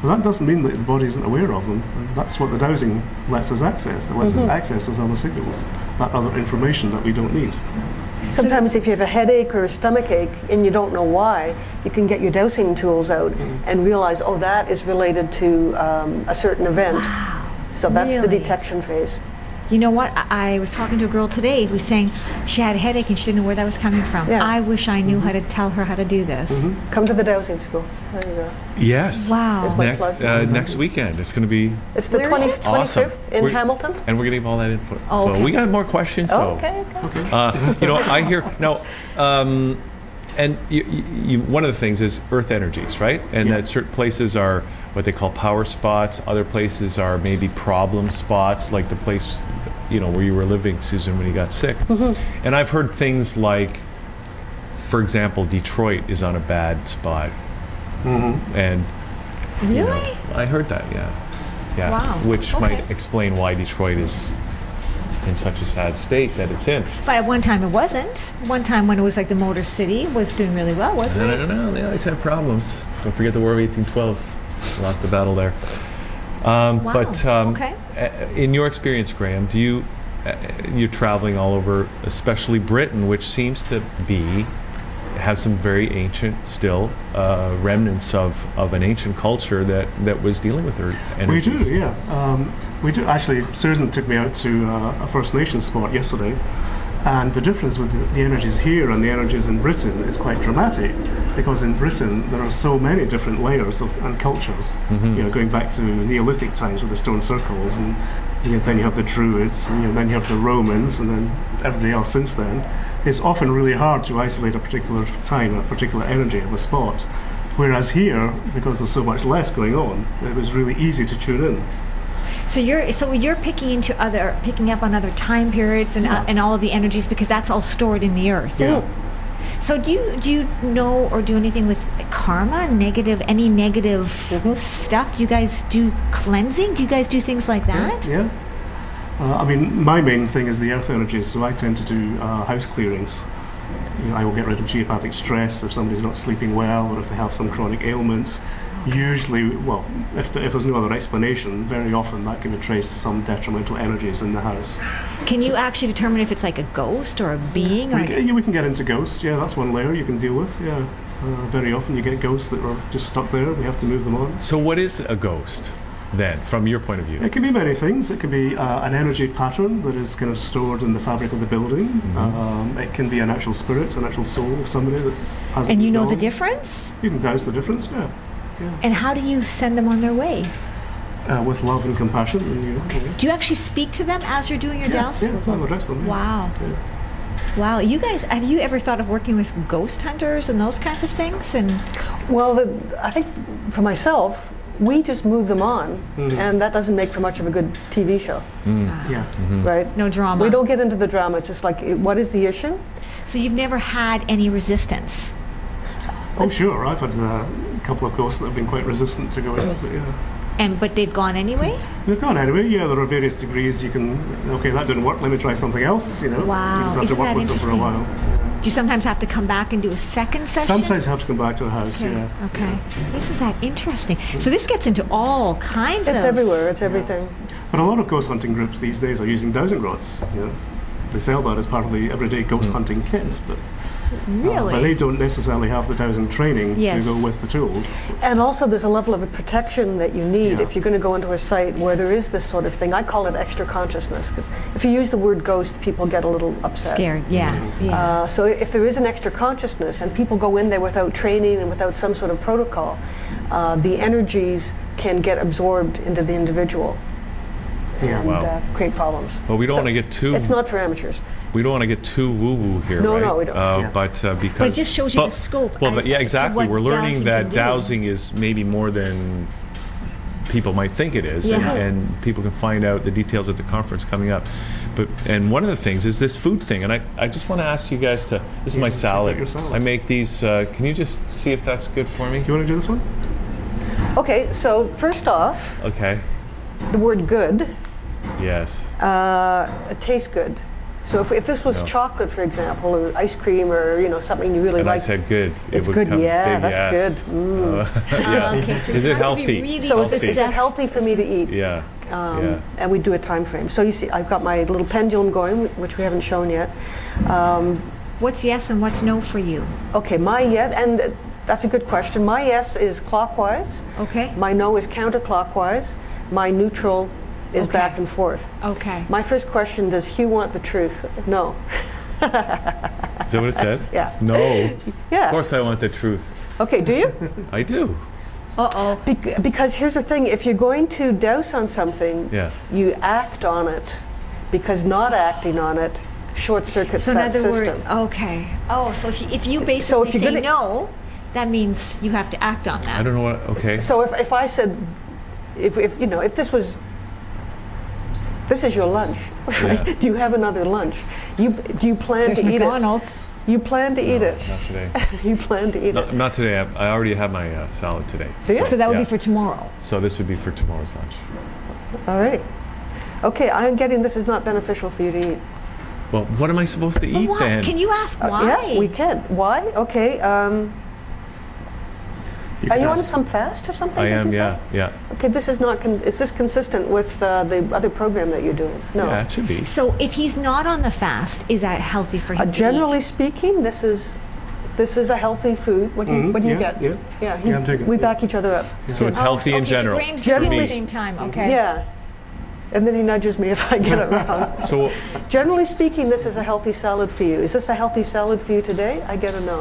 Speaker 5: But that doesn't mean that the body isn't aware of them. And that's what the dowsing lets us access. It lets us access those other signals, that other information that we don't need.
Speaker 4: Sometimes, if you have a headache or a stomach ache and you don't know why, you can get your dosing tools out
Speaker 3: Mm-hmm.
Speaker 4: and realize, oh, that is related to um, a certain event. So that's the
Speaker 3: Really?
Speaker 4: detection phase.
Speaker 3: You know what? I, I was talking to a girl today who was saying she had a headache and she didn't know where that was coming from.
Speaker 4: Yeah. Mm-hmm.
Speaker 3: I wish I knew how to tell her how to do this.
Speaker 4: Come to the dowsing school. There you go.
Speaker 2: Yes.
Speaker 3: Wow.
Speaker 4: my
Speaker 2: Next,
Speaker 4: plug.
Speaker 2: uh, next weekend, it's going to be
Speaker 4: It's the
Speaker 3: Where is
Speaker 4: 20,
Speaker 3: it?
Speaker 4: 25th
Speaker 2: awesome.
Speaker 4: in
Speaker 2: We're-
Speaker 4: Hamilton. Oh,
Speaker 2: And we're going to give all that info.
Speaker 3: Oh, okay.
Speaker 2: We got more questions, though.
Speaker 4: okay, okay.
Speaker 2: Uh, you know, I hear now, um, and you, you, you, one of the things is earth energies, right? And that certain places are what they call power spots. Other places are maybe problem spots, like the place, you know, where you were living, Susan, when you got sick. And I've heard things like, for example, Detroit is on a bad spot, and
Speaker 3: Really?
Speaker 2: you know, I heard that, yeah. Yeah.
Speaker 3: Wow,
Speaker 2: Which might
Speaker 3: okay.
Speaker 2: explain why Detroit is in such a sad state that it's in.
Speaker 3: But at one time it wasn't. One time when it was like the Motor City was doing really well, wasn't
Speaker 2: I
Speaker 3: it?
Speaker 2: don't know. They always have problems. Don't forget the War of 1812. Lost the battle there. Um,
Speaker 3: Wow,
Speaker 2: But um,
Speaker 3: okay.
Speaker 2: a- in your experience, Graham, do you uh, you're traveling all over, especially Britain, which seems to be have some very ancient, still uh, remnants of, of an ancient culture that, that was dealing with their
Speaker 5: We
Speaker 2: energies.
Speaker 5: do, yeah. Um, we do. Actually, Susan took me out to uh, a First Nations spot yesterday, and the difference with the, the energies here and the energies in Britain is quite dramatic, because in Britain there are so many different layers of, and cultures. You know, going back to Neolithic times with the stone circles, and you know, then you have the Druids, and you know, then you have the Romans, and then everybody else since then. It's often really hard to isolate a particular time, a particular energy of a spot. Whereas here, because there's so much less going on, it was really easy to tune in.
Speaker 3: So you're so you're picking into other picking up on other time periods and uh, and all of the energies because that's all stored in the earth. So do you do you know or do anything with karma, negative any negative
Speaker 5: Mm-hmm.
Speaker 3: stuff? Do you guys do cleansing? Do you guys do things like that?
Speaker 5: Yeah. Uh, I mean, my main thing is the earth energies, so I tend to do uh, house clearings. You know, I will get rid of geopathic stress if somebody's not sleeping well or if they have some chronic ailment. Usually, well, if, the, if there's no other explanation, very often that can be traced to some detrimental energies in the house.
Speaker 3: Can you actually determine if it's like a ghost or a being or
Speaker 5: We, get, yeah, we can get into ghosts, yeah, that's one layer you can deal with, yeah. Uh, very often you get ghosts that are just stuck there, we have to move them on.
Speaker 2: So, what is a ghost then, from your point of view?
Speaker 5: It can be many things. It can be uh, an energy pattern that is kind of stored in the fabric of the building. Um, it can be an actual spirit, an actual soul of somebody that's has.
Speaker 3: and you know the difference?
Speaker 5: You can douse the difference, yeah,
Speaker 3: And how do you send them on their way?
Speaker 5: uh, with love and compassion. And you, yeah,
Speaker 3: Do you actually speak to them as you're doing your
Speaker 5: yeah,
Speaker 3: dousing?
Speaker 5: yeah, I'll address them. yeah.
Speaker 3: Wow.
Speaker 5: Yeah.
Speaker 3: Wow, you guys, have you ever thought of working with ghost hunters and those kinds of things? And
Speaker 4: Well, the, I think for myself, we just move them on, and that doesn't make for much of a good TV show,
Speaker 5: Yeah.
Speaker 4: right?
Speaker 3: no drama.
Speaker 4: We don't get into the drama. It's just like, it- what is the issue?
Speaker 3: So you've never had any resistance.
Speaker 5: Oh, sure. I've had uh, a couple of ghosts that have been quite resistant to going, but yeah.
Speaker 3: And but they've gone anyway?
Speaker 5: They've gone anyway. Yeah, there are various degrees. You can okay, that didn't work. Let me try something else. You know,
Speaker 3: Wow,
Speaker 5: you just have
Speaker 3: isn't
Speaker 5: to work
Speaker 3: that
Speaker 5: with them for a
Speaker 3: interesting?
Speaker 5: while.
Speaker 3: Do you sometimes have to come back and do a second session?
Speaker 5: Sometimes you have to come back to the house.
Speaker 3: Okay.
Speaker 5: Yeah.
Speaker 3: okay. Isn't that interesting? So this gets into all kinds of
Speaker 4: It's everywhere. It's everything.
Speaker 5: But a lot of ghost hunting groups these days are using dowsing rods. You know, they sell that as part of the everyday ghost hunting kit, but,
Speaker 3: really
Speaker 4: Oh,
Speaker 5: but they don't necessarily have the dowsing training
Speaker 3: Yes.
Speaker 5: to go with the tools.
Speaker 4: And also, there's a level of protection that you need
Speaker 5: Yeah.
Speaker 4: if you're going to go into a site where there is this sort of thing. I call it extra consciousness because if you use the word ghost, people get a little upset.
Speaker 3: scared. Yeah. Yeah.
Speaker 4: Uh, so if there is an extra consciousness and people go in there without training and without some sort of protocol, uh, the energies can get absorbed into the individual
Speaker 5: Yeah.
Speaker 4: and uh, create problems.
Speaker 2: Well, we don't
Speaker 4: So
Speaker 2: want to get too
Speaker 4: It's not for amateurs.
Speaker 2: We don't want to get too woo-woo here,
Speaker 4: No,
Speaker 2: right?
Speaker 4: no, we don't,
Speaker 2: Uh,
Speaker 5: yeah.
Speaker 2: But uh, because
Speaker 3: it just shows you the scope
Speaker 2: Well,
Speaker 3: and-
Speaker 2: but yeah,
Speaker 3: to
Speaker 2: exactly.
Speaker 3: what
Speaker 2: We're learning
Speaker 3: dowsing can
Speaker 2: that
Speaker 3: do.
Speaker 2: dowsing is maybe more than people might think it is,
Speaker 3: Yeah.
Speaker 2: and, and people can find out the details at the conference coming up. But and one of the things is this food thing, and I, I just want to ask you guys to this is my
Speaker 5: check out
Speaker 2: salad.
Speaker 5: your salad.
Speaker 2: I make these. Uh, can you just see if that's good for me?
Speaker 5: You want to do this one?
Speaker 4: Okay, so first off,
Speaker 2: Okay.
Speaker 4: the word good
Speaker 2: Yes.
Speaker 4: uh, it tastes good. So if, if this was chocolate, for example, or ice cream, or you know something you really
Speaker 2: and
Speaker 4: like,
Speaker 2: I said good.
Speaker 4: It's good, yeah,
Speaker 2: big
Speaker 4: that's
Speaker 2: yes. [LAUGHS]
Speaker 4: good.
Speaker 2: Uh, yeah.
Speaker 3: Okay, so
Speaker 2: is
Speaker 3: you
Speaker 2: it
Speaker 3: have to be
Speaker 2: healthy?
Speaker 3: really
Speaker 4: so is it,
Speaker 2: healthy?
Speaker 4: is it healthy for me to eat?
Speaker 2: Yeah.
Speaker 4: Um,
Speaker 2: yeah.
Speaker 4: And we do a time frame. So you see, I've got my little pendulum going, which we haven't shown yet. Um,
Speaker 3: What's yes and what's no for you?
Speaker 4: Okay, my yes, and uh, that's a good question. My yes is clockwise.
Speaker 3: Okay.
Speaker 4: My no is counterclockwise. My neutral is
Speaker 3: Okay.
Speaker 4: back and forth.
Speaker 3: Okay.
Speaker 4: My first question does Hugh want the truth? No. [LAUGHS]
Speaker 2: Is that what it said?
Speaker 4: Yeah.
Speaker 2: No.
Speaker 4: Yeah.
Speaker 2: Of course I want the truth.
Speaker 4: Okay, do
Speaker 2: [LAUGHS]
Speaker 4: you?
Speaker 2: I do.
Speaker 3: Uh oh.
Speaker 4: Bec- because here's the thing if you're going to douse on something,
Speaker 2: Yeah.
Speaker 4: you act on it because not acting on it short circuits
Speaker 3: So in
Speaker 4: that
Speaker 3: other
Speaker 4: system.
Speaker 3: words, okay. Oh, so she, if you basically
Speaker 4: So if you're
Speaker 3: say
Speaker 4: gonna-
Speaker 3: no, that means you have to act on that.
Speaker 2: I don't know what. Okay.
Speaker 4: So if, if I said, if, if you know, if this was, this is your lunch. right?
Speaker 2: Yeah.
Speaker 4: [LAUGHS] do you have another lunch? You do you plan
Speaker 3: There's
Speaker 4: to
Speaker 3: McDonald's.
Speaker 4: eat it? You plan to eat it.
Speaker 2: Not today.
Speaker 4: [LAUGHS] You plan to eat
Speaker 2: No,
Speaker 4: it.
Speaker 2: not today. I, I already have my uh, salad today.
Speaker 4: you?
Speaker 3: So that would
Speaker 2: yeah.
Speaker 3: be for tomorrow.
Speaker 2: So this would be for tomorrow's lunch.
Speaker 4: All right. Okay, I'm getting this is not beneficial for you to eat.
Speaker 2: Well, what am I supposed to
Speaker 3: But
Speaker 2: eat
Speaker 3: why?
Speaker 2: then?
Speaker 3: Can you ask
Speaker 4: Uh,
Speaker 3: why?
Speaker 4: Yeah, we can. Why? Okay. Um,
Speaker 5: You
Speaker 4: are
Speaker 5: could
Speaker 4: you on
Speaker 5: ask-
Speaker 4: some fast or something?
Speaker 2: I
Speaker 4: that
Speaker 2: am.
Speaker 4: you
Speaker 2: Yeah.
Speaker 4: said?
Speaker 2: Yeah.
Speaker 4: Okay, this is not. Con- is this consistent with uh, the other program that you're doing? No.
Speaker 2: Yeah. It should be.
Speaker 3: So if he's not on the fast, is that healthy for him?
Speaker 4: Uh,
Speaker 3: to eat? Oh,
Speaker 4: generally speaking, this is this is a healthy food. What do you,
Speaker 5: Mhm,
Speaker 4: what do you
Speaker 5: yeah,
Speaker 4: get?
Speaker 5: yeah.
Speaker 4: he-
Speaker 5: Yeah, I'm taking it,
Speaker 4: we
Speaker 5: yeah.
Speaker 4: back each other up.
Speaker 2: So it's
Speaker 3: Oh,
Speaker 2: healthy
Speaker 3: okay,
Speaker 2: in general.
Speaker 3: So Graham's
Speaker 2: for
Speaker 3: generally
Speaker 4: Generally-
Speaker 2: me.
Speaker 3: at the same time. Okay.
Speaker 4: Yeah, and then he nudges me [LAUGHS] if I get it wrong.
Speaker 2: So
Speaker 4: Generally speaking, this is a healthy salad for you. Is this a healthy salad for you today? I get a no.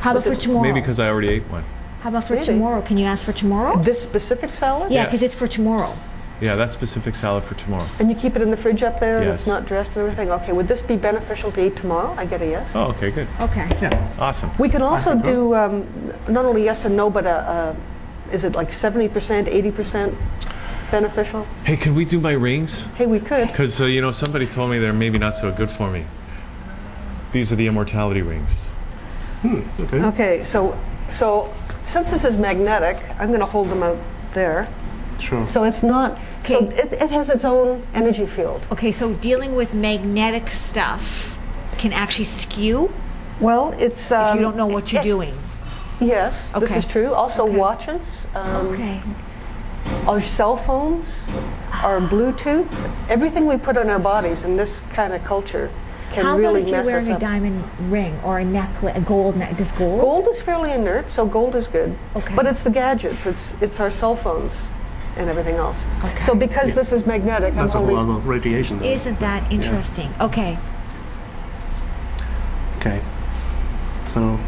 Speaker 3: How about
Speaker 4: Was
Speaker 3: for
Speaker 4: it-
Speaker 3: tomorrow?
Speaker 2: maybe because I already ate one.
Speaker 3: How about for
Speaker 4: Really?
Speaker 3: tomorrow? Can you ask for tomorrow?
Speaker 4: This specific salad,
Speaker 3: yeah,
Speaker 2: Yeah.
Speaker 3: because it's for tomorrow.
Speaker 2: Yeah, that specific salad for tomorrow.
Speaker 4: and you keep it in the fridge up there, and
Speaker 2: Yes.
Speaker 4: it's not dressed and everything. Okay, would this be beneficial to eat tomorrow? I get a yes.
Speaker 2: Oh, okay, good.
Speaker 3: Okay.
Speaker 5: Yeah.
Speaker 2: Awesome.
Speaker 4: We can also do um, not only yes and no, but a, a, is it like seventy percent, eighty percent beneficial?
Speaker 2: Hey, can we do my rings?
Speaker 4: Hey, we could.
Speaker 2: Because, uh, you know, somebody told me they're maybe not so good for me. These are the immortality rings.
Speaker 5: Okay.
Speaker 4: Okay, so, so since this is magnetic, I'm going to hold them out there.
Speaker 5: Sure.
Speaker 4: So it's not, so
Speaker 3: Okay.
Speaker 4: it, it has its own energy field.
Speaker 3: Okay. So dealing with magnetic stuff can actually skew
Speaker 4: Well, it's.
Speaker 3: if
Speaker 4: Um,
Speaker 3: you don't know what you're doing.
Speaker 4: Yes, this
Speaker 3: Okay.
Speaker 4: is true. Also,
Speaker 3: Okay.
Speaker 4: watches, um,
Speaker 3: Okay.
Speaker 4: our cell phones, our Bluetooth, everything we put on our bodies in this kind of culture can
Speaker 3: How about
Speaker 4: really
Speaker 3: if you're
Speaker 4: mess us
Speaker 3: wearing a
Speaker 4: up.
Speaker 3: diamond ring or a necklace, a gold necklace? Does gold?
Speaker 4: Gold is fairly inert, so gold is good.
Speaker 3: Okay.
Speaker 4: But it's the gadgets, it's, it's our cell phones and everything else. So because this is magnetic,
Speaker 5: That's a
Speaker 4: I'm
Speaker 5: whole
Speaker 4: holding.
Speaker 5: other radiation. there.
Speaker 3: Isn't that interesting? Okay.
Speaker 5: Okay. So,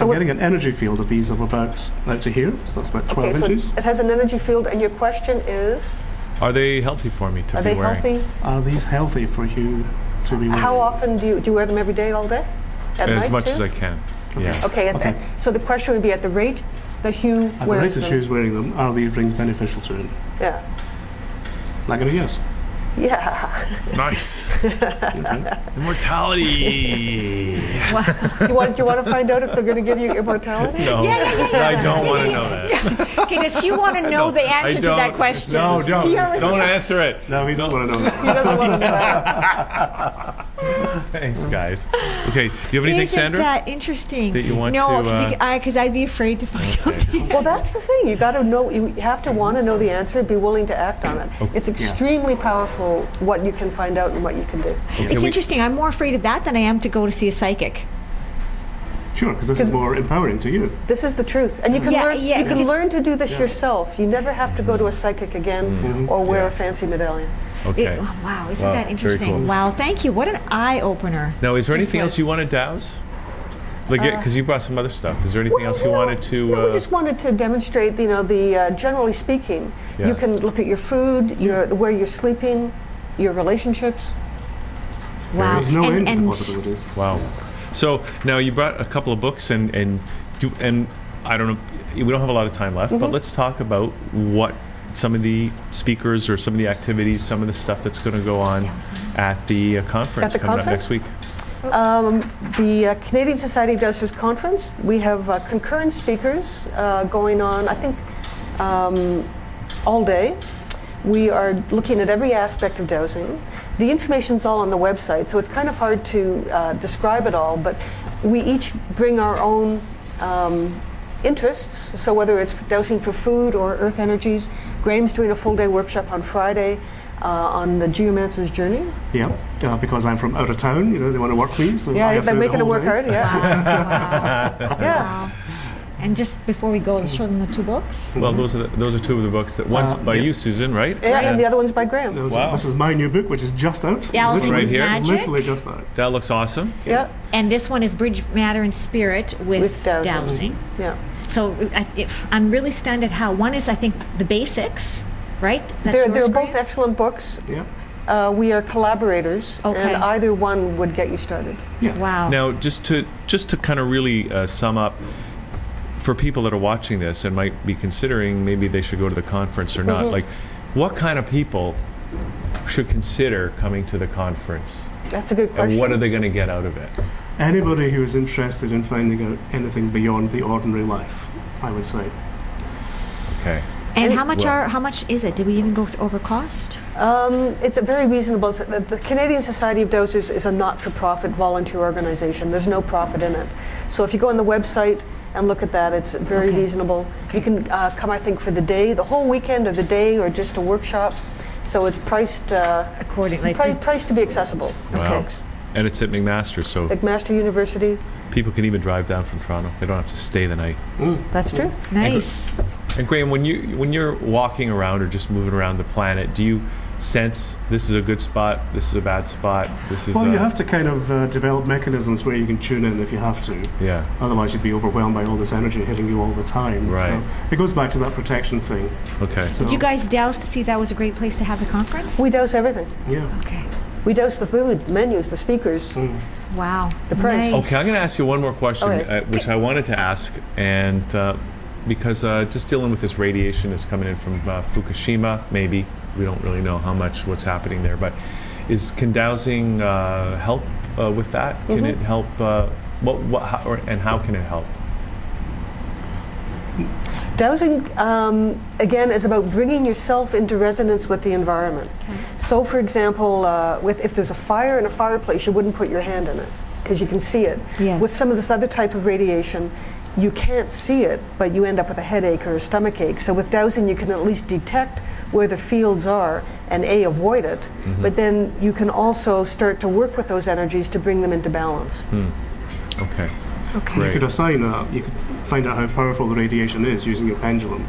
Speaker 5: I'm
Speaker 4: what-
Speaker 5: getting an energy field of these of about out to here. So that's about 12
Speaker 4: Okay, so
Speaker 5: inches.
Speaker 4: it has an energy field, and your question is,
Speaker 2: Are they healthy for me to
Speaker 4: are
Speaker 2: be
Speaker 4: they
Speaker 2: wearing?
Speaker 4: healthy?
Speaker 5: Are these healthy for you to be wearing?
Speaker 4: How often do you, do you wear them every day, all day? At
Speaker 2: As
Speaker 4: night
Speaker 2: much
Speaker 4: too?
Speaker 2: as I can. Yeah.
Speaker 4: Okay, at the-
Speaker 5: Okay.
Speaker 4: so the question would be at the rate that Hugh
Speaker 5: At the
Speaker 4: wears
Speaker 5: rate that
Speaker 4: them.
Speaker 5: she's wearing them, are these rings beneficial to him?
Speaker 4: Yeah,
Speaker 5: Not going to guess.
Speaker 4: yeah. [LAUGHS]
Speaker 2: Nice.
Speaker 5: Okay.
Speaker 2: Immortality.
Speaker 4: you want you want to find out if they're going to give you immortality?
Speaker 2: No, I don't want to know that.
Speaker 3: [LAUGHS]
Speaker 2: [LAUGHS]
Speaker 3: Okay. Does you want to know the
Speaker 2: I
Speaker 3: answer to
Speaker 2: don't-
Speaker 3: that question?
Speaker 2: No,
Speaker 3: He
Speaker 2: don't.
Speaker 3: already- [LAUGHS]
Speaker 2: Don't answer it.
Speaker 5: no, we don't want to know
Speaker 4: [LAUGHS] He
Speaker 5: that.
Speaker 4: doesn't want to know
Speaker 2: [LAUGHS]
Speaker 4: that.
Speaker 2: Thanks, guys. Okay, you have anything,
Speaker 3: Isn't
Speaker 2: Sandra?
Speaker 3: that interesting?
Speaker 2: that you want
Speaker 3: no,
Speaker 2: to, uh,
Speaker 3: because I'd be afraid to find out. the
Speaker 4: Well, that's the thing. You got to know. You have to want to know the answer and be willing to act on it.
Speaker 2: Oh,
Speaker 4: It's extremely powerful what you can find out and what you can do.
Speaker 2: Okay,
Speaker 3: it's
Speaker 2: we-
Speaker 3: interesting. I'm more afraid of that than I am to go to see a psychic.
Speaker 5: Sure, because this is more empowering to you.
Speaker 4: This is the truth, and you can
Speaker 3: Yeah,
Speaker 4: learn.
Speaker 3: yeah,
Speaker 4: you can
Speaker 3: because-
Speaker 4: learn to do this yourself. You never have to go to a psychic again
Speaker 2: Mm-hmm.
Speaker 4: or wear a fancy medallion.
Speaker 3: It-
Speaker 2: Okay.
Speaker 3: oh, wow, isn't
Speaker 2: Wow,
Speaker 3: that
Speaker 2: very
Speaker 3: interesting?
Speaker 2: cool.
Speaker 3: Wow, thank you. What an eye opener.
Speaker 2: Now, is there
Speaker 4: Yes,
Speaker 2: anything else you
Speaker 4: yes.
Speaker 2: want to douse? Like, because you brought some other stuff. Is there anything else you
Speaker 4: Well, no,
Speaker 2: wanted to?
Speaker 4: No, we
Speaker 2: uh,
Speaker 4: just wanted to demonstrate. You know, the uh, generally speaking,
Speaker 2: Yeah.
Speaker 4: you can look at your food, your where you're sleeping, your relationships.
Speaker 3: Wow.
Speaker 5: There's no
Speaker 3: and,
Speaker 5: end to the
Speaker 3: and-
Speaker 5: possibilities.
Speaker 2: Wow. So now you brought a couple of books and and do, and I don't know. We don't have a lot of time left, but
Speaker 4: Mm-hmm.
Speaker 2: let's talk about what some of the speakers or some of the activities, some of the stuff that's going to go on at the uh, conference
Speaker 4: At the
Speaker 2: coming up next
Speaker 4: conference?
Speaker 2: week.
Speaker 4: The uh, Canadian Society of Dowsers Conference. We have uh, concurrent speakers uh, going on. I think um, all day. We are looking at every aspect of dowsing. The information's all on the website, so it's kind of hard to uh, describe it all. But we each bring our own um, interests. So whether it's dowsing for food or earth energies, Graham's doing a full day workshop on Friday. uh, on the Geomancer's Journey.
Speaker 5: Yeah, uh, because I'm from out of town, you know, they want to work me, so I
Speaker 4: Yeah,
Speaker 5: have
Speaker 4: they're
Speaker 5: to
Speaker 4: making it
Speaker 5: whole
Speaker 4: work
Speaker 5: day.
Speaker 4: hard. Yeah,
Speaker 3: Wow.
Speaker 4: yeah.
Speaker 3: Wow. And just before we go, show them the two books.
Speaker 2: Well, those are the, those are two of the books that one's
Speaker 5: Uh,
Speaker 2: by
Speaker 5: yeah.
Speaker 2: you, Susan, right?
Speaker 4: Mm-hmm. Yeah, and the other one's by Graham.
Speaker 5: Those-
Speaker 2: Wow.
Speaker 5: This is my new book, which is just out.
Speaker 3: Dallas
Speaker 2: Right here.
Speaker 3: Magic.
Speaker 5: Literally just out.
Speaker 2: That looks awesome.
Speaker 4: Yeah,
Speaker 3: And this one is Bridge Matter and Spirit with,
Speaker 4: With dowsing.
Speaker 3: dowsing.
Speaker 4: yeah.
Speaker 3: So I, if, I'm really stunned at how one is, I think, the basics, right? That's
Speaker 4: They're,
Speaker 3: yours,
Speaker 4: they're both
Speaker 3: Graham?
Speaker 4: excellent books.
Speaker 5: Yeah.
Speaker 4: Uh, we are collaborators,
Speaker 3: Okay.
Speaker 4: and either one would get you started.
Speaker 5: Yeah.
Speaker 3: Wow.
Speaker 2: Now, just to just to kind of really uh, sum up for people that are watching this and might be considering maybe they should go to the conference or not, like what kind of people should consider coming to the conference,
Speaker 4: That's a good question.
Speaker 2: and what are they going to get out of it?
Speaker 5: Anybody who is interested in finding out anything beyond the ordinary life, I would say.
Speaker 2: Okay.
Speaker 3: And how much
Speaker 2: Well-
Speaker 3: are how much is it? Did we even go th- over cost?
Speaker 4: Um, it's a very reasonable. it's- The the Canadian Society of Dozers is a not-for-profit volunteer organization. There's no profit in it. So if you go on the website and look at that, it's very
Speaker 3: Okay.
Speaker 4: reasonable. You can uh, come, I think, for the day, the whole weekend, or the day, or just a workshop. So it's priced uh,
Speaker 3: Accordingly.
Speaker 4: pri- priced to be accessible to
Speaker 2: Wow.
Speaker 4: folks.
Speaker 2: And it's at McMaster, so
Speaker 4: McMaster University.
Speaker 2: people can even drive down from Toronto. They don't have to stay the night.
Speaker 4: That's true.
Speaker 3: Nice.
Speaker 2: And Graham, when you when you're walking around or just moving around the planet, do you sense this is a good spot, this is a bad spot, this is
Speaker 5: Well,
Speaker 2: a,
Speaker 5: you have to kind of uh, develop mechanisms where you can tune in if you have to.
Speaker 2: yeah.
Speaker 5: Otherwise, you'd be overwhelmed by all this energy hitting you all the time.
Speaker 2: Right.
Speaker 5: So it goes back to that protection thing.
Speaker 2: Okay.
Speaker 5: So,
Speaker 3: Did you guys douse to see if that was a great place to have the conference?
Speaker 4: We dose everything.
Speaker 5: Yeah.
Speaker 3: okay.
Speaker 4: We dose the food, menus, the speakers.
Speaker 3: Wow. The
Speaker 4: price.
Speaker 2: Okay, I'm going to ask you one more question,
Speaker 4: Okay.
Speaker 2: uh, which I wanted to ask, and uh, because uh, just dealing with this radiation that's coming in from uh, Fukushima, maybe we don't really know how much what's happening there, but is can dowsing uh, help uh, with that? Can it help? Uh, what, what how, or, and how can it help?
Speaker 4: Dowsing, um, again, is about bringing yourself into resonance with the environment. So, for example, uh, with, if there's a fire in a fireplace, you wouldn't put your hand in it because you can see it.
Speaker 3: Yes.
Speaker 4: With some of this other type of radiation, you can't see it, but you end up with a headache or a stomach ache. So, with dowsing, you can at least detect where the fields are and A, avoid it, but then you can also start to work with those energies to bring them into balance.
Speaker 2: Okay.
Speaker 3: Okay.
Speaker 5: You
Speaker 2: Great.
Speaker 5: could assign, a, you could find out how powerful the radiation is using your pendulum,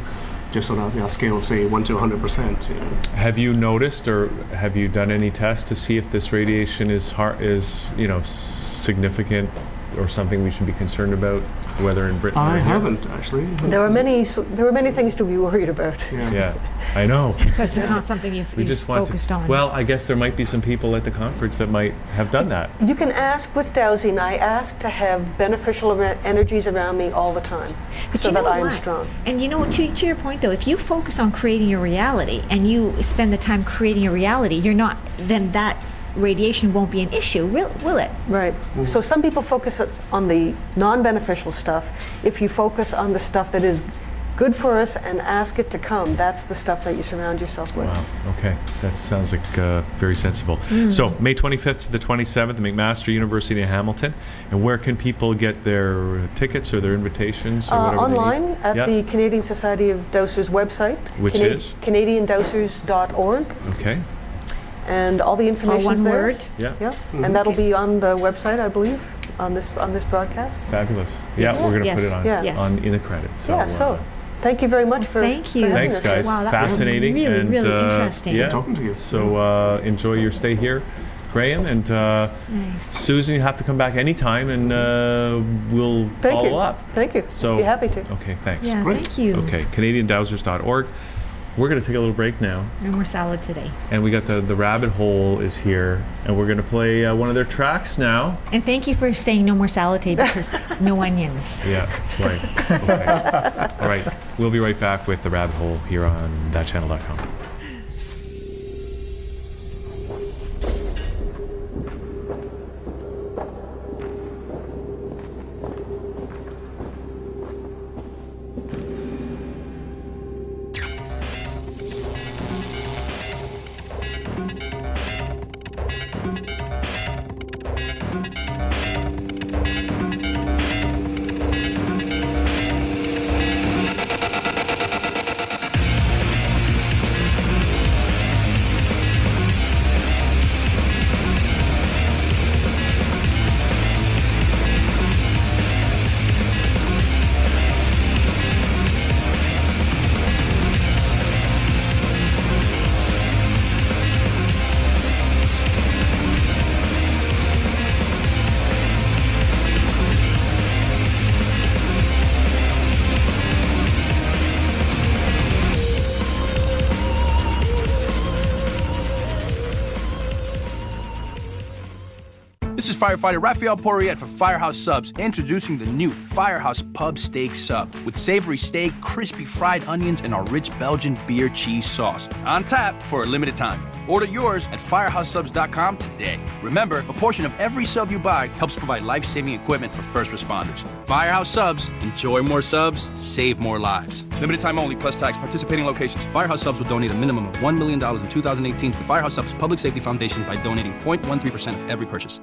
Speaker 5: just on a, you know, scale of, say, 1 to 100%. You know.
Speaker 2: Have you noticed, or have you done any tests to see if this radiation is har- is you know significant or something we should be concerned about, whether in Britain?
Speaker 5: I
Speaker 2: or here?
Speaker 5: haven't, actually.
Speaker 4: There are many, s- there are many things to be worried about.
Speaker 2: Yeah, I know.
Speaker 3: That's just not something you've,
Speaker 2: We
Speaker 3: you've
Speaker 2: just want
Speaker 3: focused
Speaker 2: to.
Speaker 3: on.
Speaker 2: Well, I guess there might be some people at the conference that might have done that.
Speaker 3: Mm.
Speaker 4: You can ask with dowsing. I ask to have beneficial ar- energies around me all the time,
Speaker 3: But
Speaker 4: so
Speaker 3: you
Speaker 4: that
Speaker 3: know
Speaker 4: I am
Speaker 3: what?
Speaker 4: strong.
Speaker 3: And you know, what, to, to your point though, if you focus on creating your reality and you spend the time creating your reality, you're not, then that radiation won't be an issue, will, will it?
Speaker 4: Right. So some people focus us- on the non-beneficial stuff. If you focus on the stuff that is good for us and ask it to come, that's the stuff that you surround yourself with.
Speaker 2: Wow. Oh, Okay, that sounds like uh, very sensible.
Speaker 3: Mm.
Speaker 2: So May 25th to the 27th, McMaster University in Hamilton. And where can people get their uh, tickets or their invitations or
Speaker 4: Uh,
Speaker 2: whatever? they need?
Speaker 4: online at
Speaker 2: Yeah.
Speaker 4: the Canadian Society of Dowsers website,
Speaker 2: Which
Speaker 4: Cana-
Speaker 2: is?
Speaker 4: CanadianDowsers.org,
Speaker 2: Okay.
Speaker 4: and all the
Speaker 3: All
Speaker 4: information
Speaker 3: Oh, one
Speaker 4: is there.
Speaker 3: word. Mm-hmm.
Speaker 2: Yeah.
Speaker 4: Yeah, and that'll be on the website, I believe, on this on this broadcast.
Speaker 2: Fabulous. Yeah,
Speaker 3: Yes.
Speaker 2: we're going to
Speaker 3: Yes.
Speaker 2: put it on,
Speaker 4: Yeah.
Speaker 3: Yes.
Speaker 2: on in the credits. So,
Speaker 4: yeah,
Speaker 2: uh,
Speaker 4: so thank you very much for
Speaker 3: Thank you.
Speaker 4: for having
Speaker 2: Thanks,
Speaker 4: us.
Speaker 2: guys.
Speaker 3: Wow, that was
Speaker 2: Fascinating.
Speaker 3: really,
Speaker 2: and,
Speaker 3: really
Speaker 2: uh,
Speaker 3: interesting.
Speaker 2: Yeah.
Speaker 5: Talking to you.
Speaker 2: So uh, enjoy your stay here, Graham, and uh,
Speaker 3: Nice.
Speaker 2: Susan. You have to come back anytime, and uh, we'll
Speaker 4: Thank
Speaker 2: follow
Speaker 4: you.
Speaker 2: up.
Speaker 4: Thank you.
Speaker 2: So
Speaker 4: be happy to.
Speaker 2: Okay, thanks.
Speaker 3: Yeah,
Speaker 5: great.
Speaker 3: thank you.
Speaker 2: Okay, CanadianDowsers.org. We're going to take a little break now,
Speaker 3: No more salad today.
Speaker 2: and we got the the rabbit hole is here, and we're going to play uh, one of their tracks now.
Speaker 3: And thank you for saying no more salad today because no onions.
Speaker 2: Yeah, right.
Speaker 4: [LAUGHS]
Speaker 2: Okay. All right, we'll be right back with the rabbit hole here on thatchannel.com.
Speaker 6: This is firefighter Raphael Porriette for Firehouse Subs, introducing the new Firehouse Pub Steak Sub with savory steak, crispy fried onions, and our rich Belgian beer cheese sauce. On tap for a limited time. Order yours at firehousesubs.com today. Remember, a portion of every sub you buy helps provide life saving equipment for first responders. Firehouse Subs, enjoy more subs, save more lives. Limited time only, plus tax, participating locations. Firehouse Subs will donate a minimum of $1 million in 2018 to the Firehouse Subs Public Safety Foundation by donating 0.13% of every purchase.